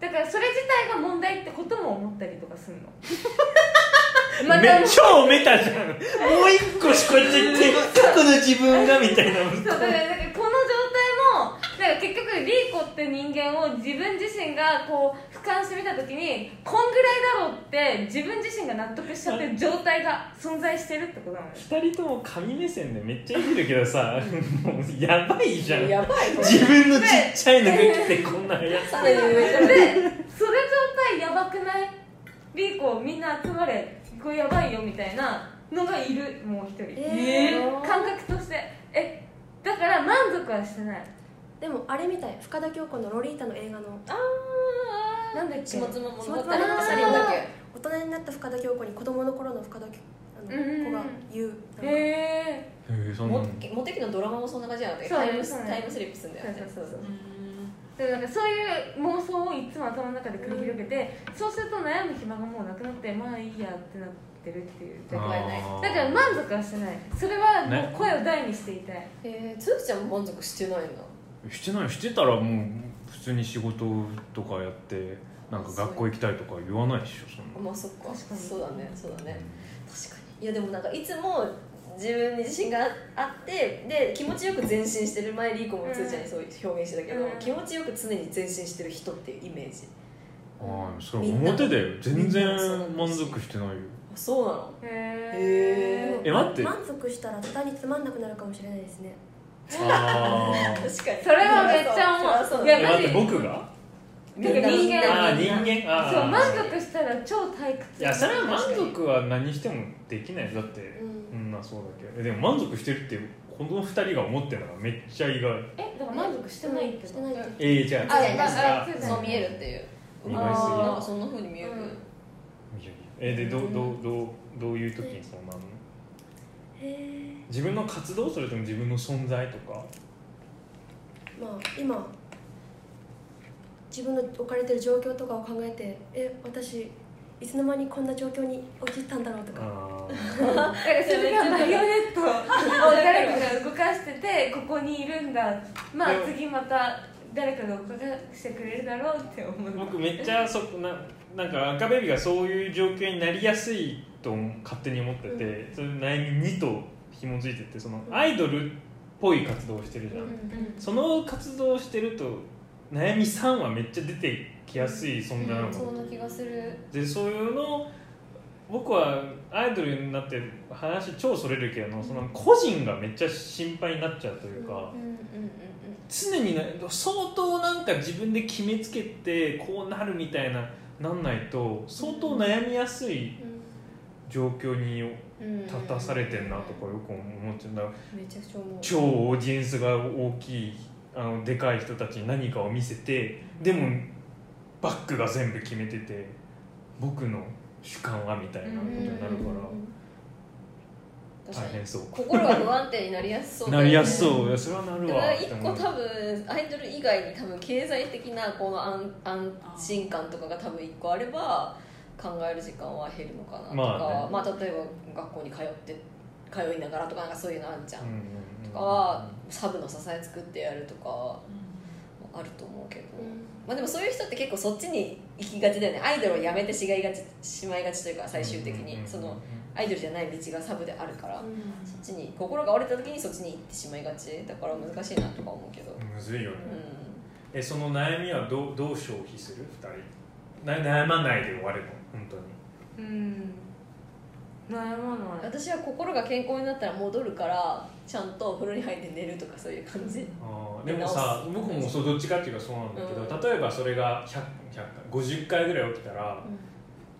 [SPEAKER 2] だからそれ自体が問題ってことも思ったりとかする のまた
[SPEAKER 3] め超メタじゃんもう一個しこっち行って過去の自分がみたいな
[SPEAKER 2] そうだからなんかこの状態もなんか結局リーコって人間を自分自身がこう俯瞰してみた時にこんぐらいだろうって自分自身が納得しちゃってる状態が存在してるってことなのよ
[SPEAKER 3] 二人とも神目線でめっちゃいじるけどさもうやばいじゃん
[SPEAKER 4] やばいこれ
[SPEAKER 3] 自分のちっちゃいのが来てこんなや
[SPEAKER 4] さらに上じゃん
[SPEAKER 2] でそれ状態やばくないリーコみんな集まれこれやばいよみたいなのがいるもう一人
[SPEAKER 5] えー
[SPEAKER 2] 感覚としてえだから満足はしてない
[SPEAKER 5] でもあれみたい深田恭子の「ロリータ」の映画の
[SPEAKER 2] なんだっけ
[SPEAKER 4] 下妻物語の
[SPEAKER 5] 下妻物語
[SPEAKER 4] サリンだけ
[SPEAKER 5] 大人になった深田恭子に子供の頃の深田恭あの
[SPEAKER 2] うんうんうん
[SPEAKER 5] 子が言うなんか
[SPEAKER 2] へ
[SPEAKER 3] へえそんな
[SPEAKER 4] モ
[SPEAKER 3] の
[SPEAKER 4] テモテ期のドラマもそんな感じなんだけど
[SPEAKER 2] そう
[SPEAKER 4] タイムス
[SPEAKER 2] そう
[SPEAKER 4] タイムスリップするんだよね
[SPEAKER 2] そうそうそうでもなんかそういう妄想をいつも頭の中で繰り広げて、そうすると悩む暇がもうなくなってまあいいやってなってるっていうだ
[SPEAKER 4] あ
[SPEAKER 2] か
[SPEAKER 4] 怖いね
[SPEAKER 3] あー
[SPEAKER 2] ら満足はしてないそれはも
[SPEAKER 3] ね
[SPEAKER 2] う声を大にしていたい、
[SPEAKER 4] えーつーちゃんも満足してないんだ
[SPEAKER 3] してないしてたらもう普通に仕事とかやってなんか学校行きたいとか言わないでしょそんな
[SPEAKER 4] まあそっか
[SPEAKER 2] 確かに
[SPEAKER 4] そうだねそうだね確かにいやでもなんかいつも自分に自信があってで気持ちよく前進してる前リーコもつーちゃんにそう表現してたけど、
[SPEAKER 2] うん
[SPEAKER 4] 気持ちよく常に前進してる人っていうイメージ
[SPEAKER 3] ああそれ表だよ全然満足してないよ
[SPEAKER 4] あそうなの
[SPEAKER 2] へ
[SPEAKER 3] え待って
[SPEAKER 5] 満足したら下につまんなくなるかもしれないですね
[SPEAKER 3] あー
[SPEAKER 4] 確かに
[SPEAKER 2] それはめっちゃ思う
[SPEAKER 4] そりゃそう
[SPEAKER 2] い
[SPEAKER 4] だ
[SPEAKER 2] や
[SPEAKER 3] え待
[SPEAKER 4] ね
[SPEAKER 3] って僕が
[SPEAKER 4] みんな
[SPEAKER 2] 人間
[SPEAKER 3] ああ
[SPEAKER 4] みん
[SPEAKER 3] 人
[SPEAKER 4] な
[SPEAKER 3] 間
[SPEAKER 2] ー
[SPEAKER 3] ああ
[SPEAKER 2] そう満足したら超退
[SPEAKER 3] い
[SPEAKER 2] 屈
[SPEAKER 3] やそれは満足は何してもできないだって
[SPEAKER 5] うん
[SPEAKER 3] そんなそうだけどえでも満足してるってこの二人が思ってるのがめっちゃ意外
[SPEAKER 2] えだから満足してないって
[SPEAKER 5] し
[SPEAKER 2] こ
[SPEAKER 5] て
[SPEAKER 2] と
[SPEAKER 5] ないって
[SPEAKER 3] ええじゃ
[SPEAKER 4] あいや
[SPEAKER 2] あ
[SPEAKER 4] なんかそう見えるっていう
[SPEAKER 3] 意外
[SPEAKER 4] あ
[SPEAKER 3] すぎ
[SPEAKER 4] ー
[SPEAKER 3] る
[SPEAKER 4] なんかそんな風に見える、
[SPEAKER 2] うん
[SPEAKER 3] えでどうどうどうどういう時にそうなるの
[SPEAKER 5] へえ
[SPEAKER 3] 自分の活動それとも自分の存在とか
[SPEAKER 5] まあ今自分の置かれてる状況とかを考えてえ私いつの間にこんな状況に陥ったんだろうとか
[SPEAKER 3] あ
[SPEAKER 2] だからそれがマリオネットを誰かが動かしててここにいるんだまあ
[SPEAKER 3] でも
[SPEAKER 2] 次また誰かが動かしてくれるだろうって思う
[SPEAKER 3] ー僕めっちゃそこななんか赤ベビーがそういう状況になりやすいと勝手に思ってて、それ悩み2と紐づいててそのアイドルっぽい活動をしてるじゃん、その活動をしてると悩み3はめっちゃ出てきやすい存在なのかな
[SPEAKER 4] そんな気がする
[SPEAKER 3] でそういうの僕はアイドルになって話超それるけどその個人がめっちゃ心配になっちゃうというか、
[SPEAKER 4] うんうんうん
[SPEAKER 3] 常にな相当なんか自分で決めつけてこうなるみたいななんないと相当悩みやすい状況に
[SPEAKER 4] うんうん
[SPEAKER 3] 立たされてんなとかよく思っちゃうんだから
[SPEAKER 4] めちゃくちゃ思う
[SPEAKER 3] 超オーディエンスが大きいあのでかい人たちに何かを見せてでもバックが全部決めてて僕の主観はみたいなことになるから大
[SPEAKER 4] 確かに
[SPEAKER 3] 変そう
[SPEAKER 4] 心が不安定になりやすそうだ
[SPEAKER 3] な
[SPEAKER 4] よね
[SPEAKER 3] りやすそういやそれはな
[SPEAKER 4] だ
[SPEAKER 3] る
[SPEAKER 4] か
[SPEAKER 3] わ
[SPEAKER 4] ら
[SPEAKER 3] っ
[SPEAKER 4] 一
[SPEAKER 3] て
[SPEAKER 4] 個
[SPEAKER 3] 思う
[SPEAKER 4] 多分アイドル以外に多分経済的なこの安安心感とかが多分一個あれば考える時間は減るのかなとか、
[SPEAKER 3] ま
[SPEAKER 4] ま
[SPEAKER 3] あ
[SPEAKER 4] あ
[SPEAKER 3] ね
[SPEAKER 4] 例えば学校に通って通いながらとかなんかそういうのあるじゃん、
[SPEAKER 3] うんうんうん
[SPEAKER 4] とかはサブの支え作ってやるとかもあると思うけど、まあでもそういう人って結構そっちに行きがちだよねアイドルをやめてしがいがちしまいがちというか最終的
[SPEAKER 3] うんうんうんう
[SPEAKER 4] に
[SPEAKER 3] ん
[SPEAKER 4] そのアイドルじゃない道がサブであるから、
[SPEAKER 5] うん
[SPEAKER 4] そっちに心が折れた時にそっちに行ってしまいがちだから難しいなとか思うけど、
[SPEAKER 3] むずいよね
[SPEAKER 4] う
[SPEAKER 3] えその悩みはどうどう消費する2人な悩まないで終わるの本当に
[SPEAKER 2] うん悩ま
[SPEAKER 4] ん、
[SPEAKER 2] ない
[SPEAKER 4] 私は心が健康になったら戻るからちゃんとお風呂に入って寝るとかそういう感じ
[SPEAKER 3] あーで
[SPEAKER 4] で
[SPEAKER 3] もさ僕もそうどっちかっていうかそうなんだけど、
[SPEAKER 4] う
[SPEAKER 3] 例えばそれが100 100 50回ぐらい起きたら、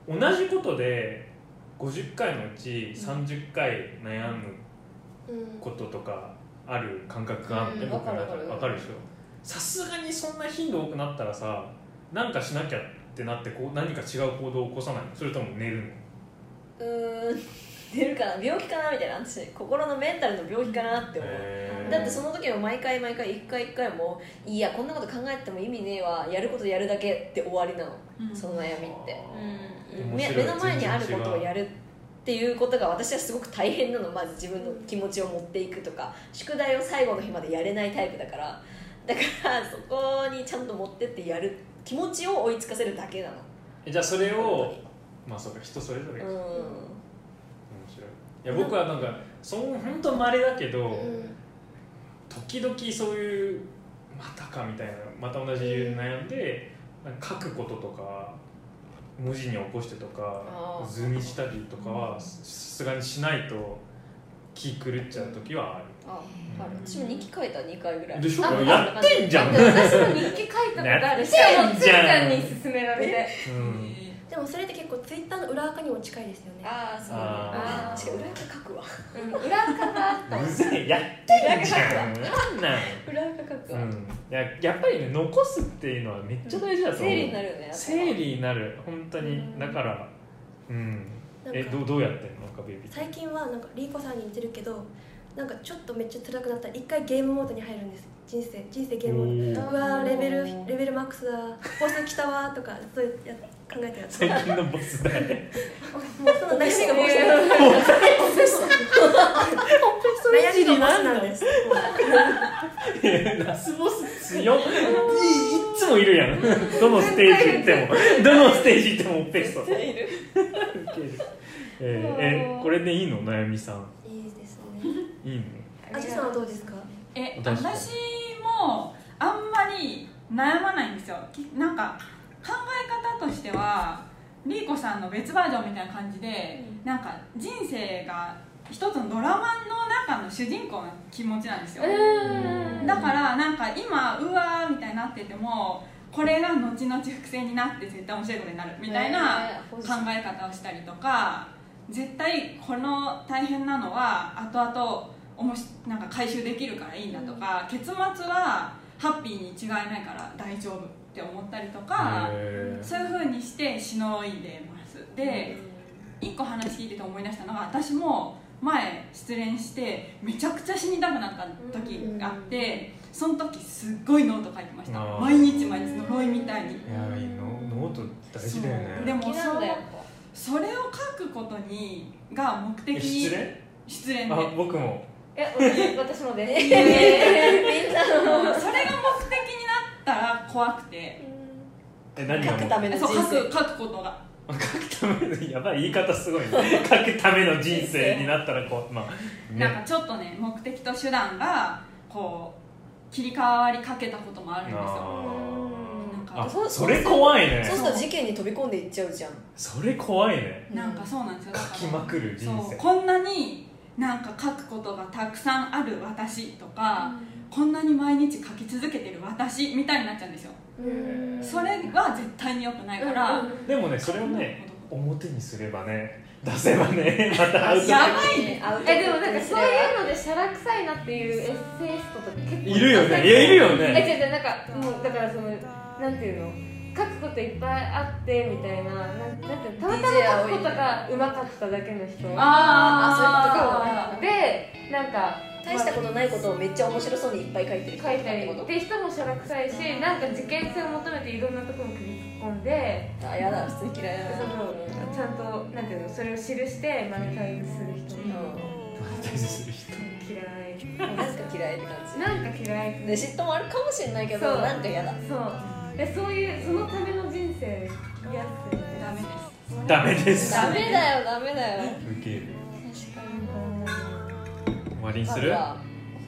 [SPEAKER 3] 同じことで50回のうち30回悩む
[SPEAKER 5] うん
[SPEAKER 3] こととかある感覚があるね、
[SPEAKER 4] うん
[SPEAKER 3] 僕の
[SPEAKER 4] わか
[SPEAKER 3] 中
[SPEAKER 4] る
[SPEAKER 3] で
[SPEAKER 4] わかる
[SPEAKER 3] わかるでしょさすがにそんな頻度多くなったらさなんかしなきゃってなってこう何か違う行動を起こさないのそれとも寝るの
[SPEAKER 4] うーん出るかな病気かなみたいな私心のメンタルの病気かなって思う、
[SPEAKER 3] へー
[SPEAKER 4] だってその時も毎回毎回一回一回もいやこんなこと考えても意味ねえわやることやるだけって終わりなのその悩みって
[SPEAKER 3] うん面
[SPEAKER 4] 目
[SPEAKER 3] 白い
[SPEAKER 4] 目の前にある
[SPEAKER 3] 全
[SPEAKER 4] こ
[SPEAKER 3] 然違う
[SPEAKER 4] とをやるっていうことが私はすごく大変なのまず自分の気持ちを持っていくとか宿題を最後の日までやれないタイプだからだからそこにちゃんと持ってってやる気持ちを追いつかせるだけなの
[SPEAKER 3] えじゃあそれを
[SPEAKER 4] 本
[SPEAKER 3] まあそうか人それぞれ
[SPEAKER 4] 当
[SPEAKER 3] か、
[SPEAKER 4] にう
[SPEAKER 3] 面
[SPEAKER 4] ん
[SPEAKER 3] 白いいや僕はなんかそん本当まれだけど、
[SPEAKER 5] うん
[SPEAKER 3] 時々そういうまたかみたいなまた同じ理由で悩んで、なんか書くこととか文字に起こしてと
[SPEAKER 4] あ
[SPEAKER 3] か
[SPEAKER 4] ー
[SPEAKER 3] 図にしたりとかはさすがにしないと気狂っちゃう時はある
[SPEAKER 4] あ、ある私も日記書いた2回ぐらい
[SPEAKER 3] でしょ
[SPEAKER 4] あ
[SPEAKER 3] やってんじゃん
[SPEAKER 4] あ
[SPEAKER 2] で私も日記書いたことあるしかもつーちゃんに勧められて
[SPEAKER 3] うん
[SPEAKER 5] でもそれって結構ツイッターの裏垢にも近いですよね
[SPEAKER 4] あーそう
[SPEAKER 3] あ
[SPEAKER 4] だ
[SPEAKER 3] ー
[SPEAKER 4] しかも裏垢書くわ
[SPEAKER 2] うん裏方あった
[SPEAKER 3] うぜえやってんじゃんなんなん
[SPEAKER 4] 裏垢書くわ、
[SPEAKER 3] うん、いややっぱりね残すっていうのはめっちゃ大事だと思う
[SPEAKER 4] 整理になるよね
[SPEAKER 3] 整理になる本当
[SPEAKER 5] う
[SPEAKER 3] に
[SPEAKER 5] ん
[SPEAKER 3] だからうん
[SPEAKER 5] なん
[SPEAKER 3] え
[SPEAKER 5] か
[SPEAKER 3] どうどうやってんの赤ベイビー
[SPEAKER 5] 最近はなんかリーコさんに似てるけどなんかちょっとめっちゃ辛くなったら一回ゲームモードに入るんです人生人生ゲームモード
[SPEAKER 3] おー
[SPEAKER 5] うわーレベ
[SPEAKER 4] おー
[SPEAKER 5] ルレベルマックスだボス来たわーとかそうや考えてやつ
[SPEAKER 3] 最近のボスだね
[SPEAKER 5] もうその悩みがボス
[SPEAKER 2] え
[SPEAKER 5] 悩みがボスなんです
[SPEAKER 3] いやラスボス強っいいいっつもいるやんどのステージ行ってもどのステージ行ってもオペソ
[SPEAKER 4] 整理いる
[SPEAKER 3] えーえこれでいいの悩みさん
[SPEAKER 5] いいですね
[SPEAKER 3] いいの
[SPEAKER 5] あじさんはどうですか
[SPEAKER 6] え
[SPEAKER 3] 確かに
[SPEAKER 6] 私もあんまり悩まないんですよきなんか考え方としてはリーコさんの別バージョンみたいな感じで、なんか人生が一つのドラマの中の主人公の気持ちなんですよ、
[SPEAKER 2] うん
[SPEAKER 6] だからなんか今うわーみたいになっててもこれが後々伏線になって絶対面白いことになるみたいな
[SPEAKER 4] えー
[SPEAKER 6] 考え方をしたりとか絶対この大変なのは後々おもしなんか回収できるからいいんだとか、結末はハッピーに違いないから大丈夫って思ったりとか、
[SPEAKER 3] へー
[SPEAKER 6] そういうふうにしてしのいでますで一個話聞いてて思い出したのが私も前失恋してめちゃくちゃ死にたくなった時があって、その時すっごいノート書いてました
[SPEAKER 3] あー
[SPEAKER 6] 毎日毎日呪いみたいに。
[SPEAKER 3] いやいいのノート大事だよね
[SPEAKER 6] そうでも
[SPEAKER 4] 好きなんだやっ
[SPEAKER 6] それを書くことにが目的
[SPEAKER 3] え失恋
[SPEAKER 6] 失恋で
[SPEAKER 3] あ僕も
[SPEAKER 4] ぱえ私もでみん
[SPEAKER 6] それが
[SPEAKER 4] な
[SPEAKER 6] 目的になったら怖くて
[SPEAKER 3] え何が
[SPEAKER 4] 書くための人
[SPEAKER 6] そう書
[SPEAKER 4] 生
[SPEAKER 6] く書くことが
[SPEAKER 3] 書くためのやばい言い方すごいね書くための人生になったらこうまあ
[SPEAKER 6] なんか
[SPEAKER 3] ね
[SPEAKER 6] ちょっとね目的と手段がこう切り替わりかけたこともあるんですよなん
[SPEAKER 3] あー
[SPEAKER 6] か
[SPEAKER 3] あ
[SPEAKER 4] そう
[SPEAKER 3] それ怖い
[SPEAKER 4] そう
[SPEAKER 3] ね
[SPEAKER 4] すると事件に飛び込んでいっちゃうじゃん
[SPEAKER 3] それ怖いね
[SPEAKER 6] なんかそうなんですよだから
[SPEAKER 3] 書きまくる人
[SPEAKER 6] そ
[SPEAKER 3] 生
[SPEAKER 6] うこんなになんか書くことがたくさんある私とか、こんなに毎日書き続けてる私みたいになっちゃうんですよ
[SPEAKER 5] うん
[SPEAKER 6] それは絶対に良くないから、
[SPEAKER 3] でもねそれをね表にすればね出せばねまたアウト
[SPEAKER 6] やばい
[SPEAKER 4] ねアウトプ
[SPEAKER 2] え
[SPEAKER 4] ッ
[SPEAKER 2] でも
[SPEAKER 4] ト
[SPEAKER 2] なんか
[SPEAKER 4] す
[SPEAKER 2] そ
[SPEAKER 4] れ
[SPEAKER 2] う
[SPEAKER 4] ば
[SPEAKER 2] いうのでシャラ臭いなっていうエッセイストとか結構
[SPEAKER 3] いるよねいやいるよね
[SPEAKER 2] え違う違うなんかもうだからそのなんていうの書くこといっぱいあってみたいななんなんていうのたまたま書くことがうまかっただけの人
[SPEAKER 6] あー
[SPEAKER 2] でなんか
[SPEAKER 4] 大したことないことをめっちゃ面白そうにいっぱい書いてる人
[SPEAKER 2] 書いたり
[SPEAKER 4] ってこ
[SPEAKER 2] って人もしゃらくさいしなんか事件性を求めていろんなところに首突っ込んで
[SPEAKER 4] とあやだ普通に嫌いだな
[SPEAKER 2] そのちゃんとなんていうのそれを記してマネタイズする人
[SPEAKER 4] うん
[SPEAKER 3] 大事する人
[SPEAKER 2] 嫌
[SPEAKER 4] な
[SPEAKER 2] い
[SPEAKER 4] んか嫌いって感
[SPEAKER 2] なんか嫌い
[SPEAKER 4] じで嫉妬もあるかもしれないけど
[SPEAKER 2] そう
[SPEAKER 4] なんか嫌だ
[SPEAKER 2] そうでそういうそのための人生やつ
[SPEAKER 6] ダメです
[SPEAKER 3] ダメです
[SPEAKER 4] ダメだよダメだよ
[SPEAKER 3] 受ける
[SPEAKER 4] 確
[SPEAKER 3] 終わりに
[SPEAKER 4] か
[SPEAKER 3] す
[SPEAKER 4] に
[SPEAKER 3] る
[SPEAKER 4] じ
[SPEAKER 3] な
[SPEAKER 4] ゃあ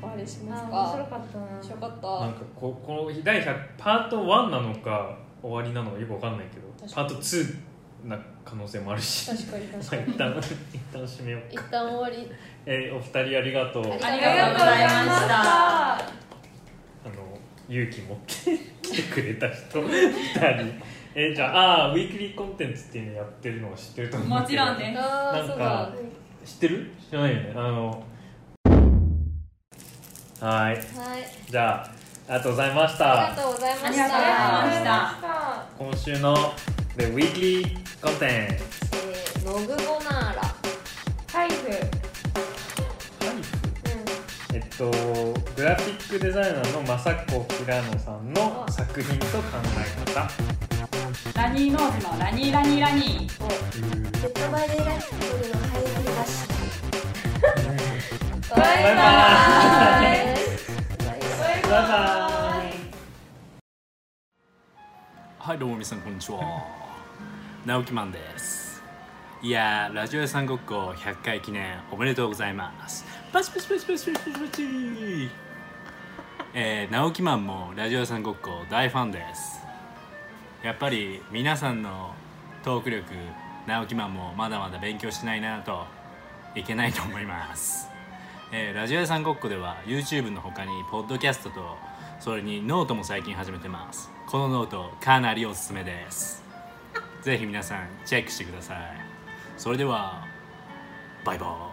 [SPEAKER 4] 終わりします
[SPEAKER 2] あ面白
[SPEAKER 4] か
[SPEAKER 2] かったな
[SPEAKER 4] 面白かっ
[SPEAKER 3] ん
[SPEAKER 4] た
[SPEAKER 3] かここの第100パート1なのか終わりなのかよくわかんないけど
[SPEAKER 4] 確
[SPEAKER 3] パ
[SPEAKER 4] か
[SPEAKER 3] ート2な可能性もあるし
[SPEAKER 4] 確かに確
[SPEAKER 3] まあ
[SPEAKER 4] か に
[SPEAKER 3] 一旦一旦締めよう
[SPEAKER 4] 一
[SPEAKER 3] か、
[SPEAKER 4] 旦終わり
[SPEAKER 3] えーお二人ありがとうあ
[SPEAKER 4] あ
[SPEAKER 3] の
[SPEAKER 6] ありがとうございました
[SPEAKER 2] ありがとうございました
[SPEAKER 3] 勇気持って来てくれた人二人、ええじゃああーウィークリーコンテンツっていうのやってるのは知ってると思う
[SPEAKER 6] もちろん
[SPEAKER 3] す
[SPEAKER 6] です
[SPEAKER 4] あ
[SPEAKER 3] な
[SPEAKER 4] あ
[SPEAKER 3] ん
[SPEAKER 4] そう
[SPEAKER 3] か
[SPEAKER 4] だ
[SPEAKER 3] 知ってる知らないよねあのはーい
[SPEAKER 4] はい
[SPEAKER 3] じゃあありがとうございまし
[SPEAKER 4] あり
[SPEAKER 3] た
[SPEAKER 4] がとうございま
[SPEAKER 6] あり
[SPEAKER 4] し
[SPEAKER 6] がとうござ
[SPEAKER 4] た
[SPEAKER 6] いました
[SPEAKER 3] 今週の The Weekly Content
[SPEAKER 4] えーログボナーラ
[SPEAKER 2] タイプ
[SPEAKER 3] えっとグラフィックデザイナーの政子平野さんの作品と考え方
[SPEAKER 6] ラニーノーズのラニーラニーラニー
[SPEAKER 5] ペットバイデイライフルの配布だし
[SPEAKER 4] バ
[SPEAKER 3] バイバ
[SPEAKER 4] バイ
[SPEAKER 3] イバイバイ
[SPEAKER 1] はいどうも皆さんこんにちは直木マンですいやーラジオ屋さんごっこ100回記念おめでとうございますパチパチパチパチパチパチパチえー、直木マンもラジオ屋さんごっこ大ファンですやっぱり皆さんのトーク力直木マンもまだまだ勉強しないなといけないと思いますえーラジオ屋さんごっこでは YouTube の他にポッドキャストとそれにノートも最近始めてますこのノートかなりおすすめですぜひ皆さんチェックしてくださいそれではバイバイ